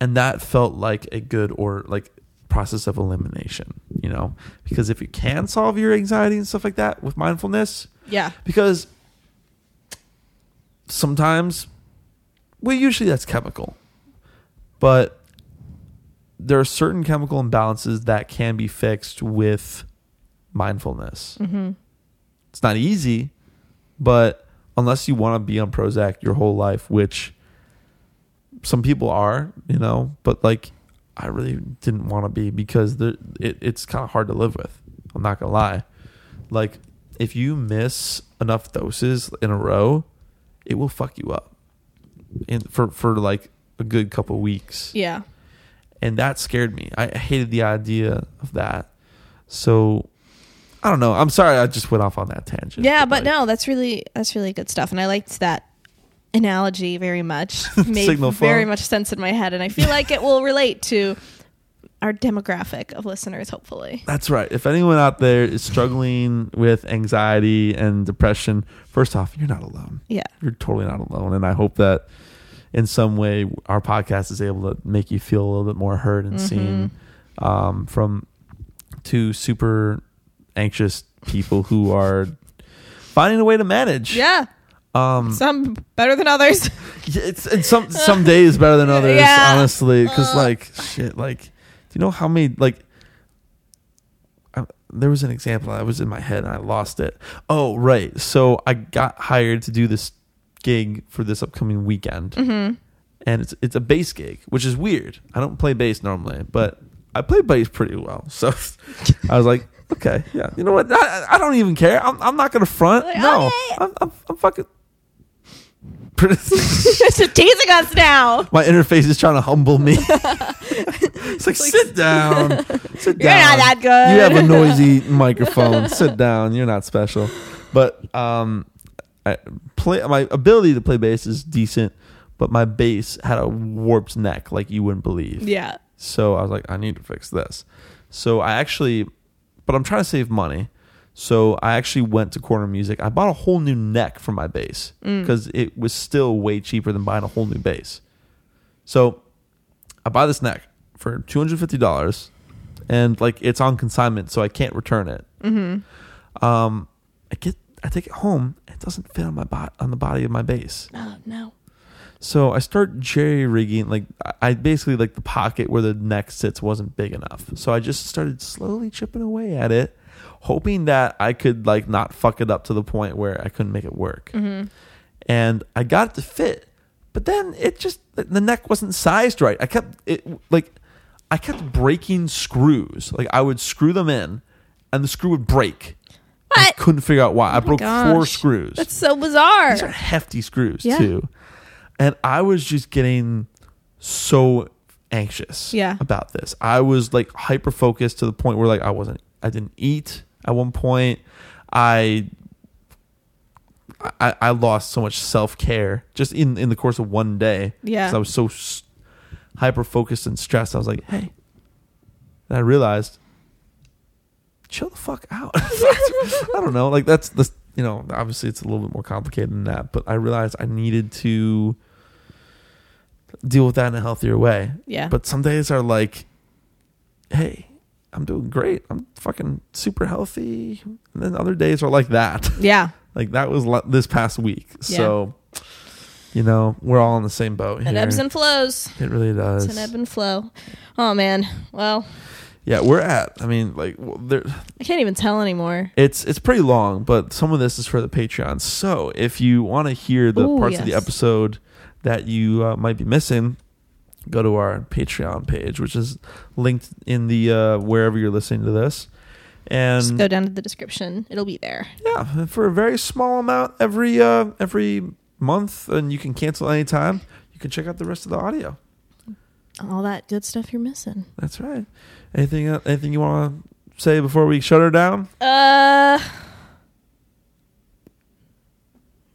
Speaker 1: and that felt like a good or like process of elimination you know because if you can solve your anxiety and stuff like that with mindfulness
Speaker 2: Yeah.
Speaker 1: because sometimes well usually that's chemical but there are certain chemical imbalances that can be fixed with mindfulness it's not easy but unless you want to be on prozac your whole life which some people are you know but like i really didn't want to be because the, it, it's kind of hard to live with i'm not gonna lie like if you miss enough doses in a row it will fuck you up in for for like a good couple weeks
Speaker 2: Yeah.
Speaker 1: and that scared me i hated the idea of that so i don't know i'm sorry i just went off on that tangent
Speaker 2: Yeah, but
Speaker 1: like,
Speaker 2: no, that's really that's really good stuff, and I liked that analogy very much. Made
Speaker 1: Signal flow.
Speaker 2: very much sense in my head, and I feel like it will relate to our demographic of listeners. Hopefully,
Speaker 1: that's right if anyone out there is struggling with anxiety and depression first off you're not alone
Speaker 2: yeah,
Speaker 1: you're totally not alone and i hope that in some way our podcast is able to make you feel a little bit more heard and seen
Speaker 2: Mm-hmm.
Speaker 1: um, from two super anxious people who are finding a way to manage
Speaker 2: yeah.
Speaker 1: Mm.
Speaker 2: Um, some better than others.
Speaker 1: Yeah, it's and some some days better than others
Speaker 2: Yeah.
Speaker 1: honestly because like shit like do you know how many like I, there was an example that was in my head and i lost it oh right so i got hired to do this gig for this upcoming weekend
Speaker 2: Mm. Mm-hmm.
Speaker 1: and it's it's a bass gig which is weird i don't play bass normally but i play bass pretty well so i was like okay yeah you know what i, I don't even care i'm, I'm not gonna front
Speaker 2: Like,
Speaker 1: no
Speaker 2: okay.
Speaker 1: I'm, I'm, I'm fucking pretty
Speaker 2: Just teasing us now.
Speaker 1: my interface is trying to humble me. it's like, sit down, sit
Speaker 2: You're
Speaker 1: down.
Speaker 2: not that good."
Speaker 1: You have a noisy microphone. sit down. You're not special. But um, I play my ability to play bass is decent, but my bass had a warped neck like you wouldn't believe.
Speaker 2: Yeah,
Speaker 1: So I was like, I need to fix this. So I actually, but I'm trying to save money. So I actually went to Corner Music. I bought a whole new neck for my bass because it was still way cheaper than buying a whole new bass. So I buy this neck for two hundred fifty dollars, and like it's on consignment, so I can't return it.
Speaker 2: Mm-hmm.
Speaker 1: Um, I get I take it home. It doesn't fit on my bot on the body of my bass.
Speaker 2: oh, no.
Speaker 1: So I start jerry rigging, like I- I basically like the pocket where the neck sits wasn't big enough. So I just started slowly chipping away at it, hoping that I could like not fuck it up to the point where I couldn't make it work.
Speaker 2: Mm-hmm.
Speaker 1: And I got it to fit, but then it just the- the neck wasn't sized right. I kept it like I kept breaking screws. Like I would screw them in, and the screw would break. I
Speaker 2: What? Oh
Speaker 1: couldn't figure out why. I broke four
Speaker 2: gosh.
Speaker 1: screws.
Speaker 2: That's so bizarre.
Speaker 1: These are hefty screws
Speaker 2: Yeah.
Speaker 1: too. And I was just getting so anxious
Speaker 2: Yeah.
Speaker 1: about this. I was like hyper focused to the point where like I wasn't I didn't eat at one point. I I, I lost so much self care just in, in the course of one day.
Speaker 2: Yeah.
Speaker 1: 'Cause I was so hyper focused and stressed. I was like, hey. And I realized chill the fuck out. I don't know. Like that's the you know obviously it's a little bit more complicated than that, but I realized I needed to deal with that in a healthier way.
Speaker 2: Yeah.
Speaker 1: But some days are like, hey, I'm doing great. I'm fucking super healthy. And then other days are like that.
Speaker 2: yeah.
Speaker 1: Like that was la- this past week. So, you know, we're all in the same boat here.
Speaker 2: It ebbs and flows.
Speaker 1: it really does.
Speaker 2: It's an ebb and flow. Oh man. Well,
Speaker 1: yeah, we're at. I mean, like, well, there,
Speaker 2: I can't even tell anymore.
Speaker 1: it's it's pretty long, but some of this is for the Patreon. So if you want to hear the
Speaker 2: Ooh,
Speaker 1: parts of the
Speaker 2: yes.
Speaker 1: episode that you uh, might be missing, go to our Patreon page, which is linked in the uh, wherever you're listening to this.
Speaker 2: Just
Speaker 1: And
Speaker 2: go down to the description. It'll be there.
Speaker 1: yeah, for a very small amount every uh, every month, and you can cancel anytime. You can check out the rest of the audio.
Speaker 2: All that good stuff you're missing.
Speaker 1: That's right. Anything el- anything you want to say before we shut her down?
Speaker 2: Uh.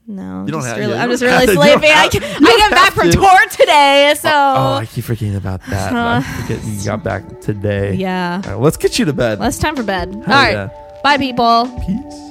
Speaker 2: No, I'm
Speaker 1: You don't
Speaker 2: just
Speaker 1: have-
Speaker 2: really,
Speaker 1: yeah, you
Speaker 2: I'm
Speaker 1: don't
Speaker 2: just
Speaker 1: have
Speaker 2: really
Speaker 1: to- you
Speaker 2: sleepy.
Speaker 1: don't
Speaker 2: I,
Speaker 1: have
Speaker 2: ca-
Speaker 1: to. You
Speaker 2: I got
Speaker 1: don't
Speaker 2: back from
Speaker 1: have to.
Speaker 2: tour today, so
Speaker 1: Oh, I keep forgetting about that. I
Speaker 2: Uh,
Speaker 1: forget you got back today.
Speaker 2: yeah.
Speaker 1: All right, let's get you to bed.
Speaker 2: Well, it's time for bed. All
Speaker 1: Hell
Speaker 2: right,
Speaker 1: yeah.
Speaker 2: bye, people.
Speaker 1: Peace.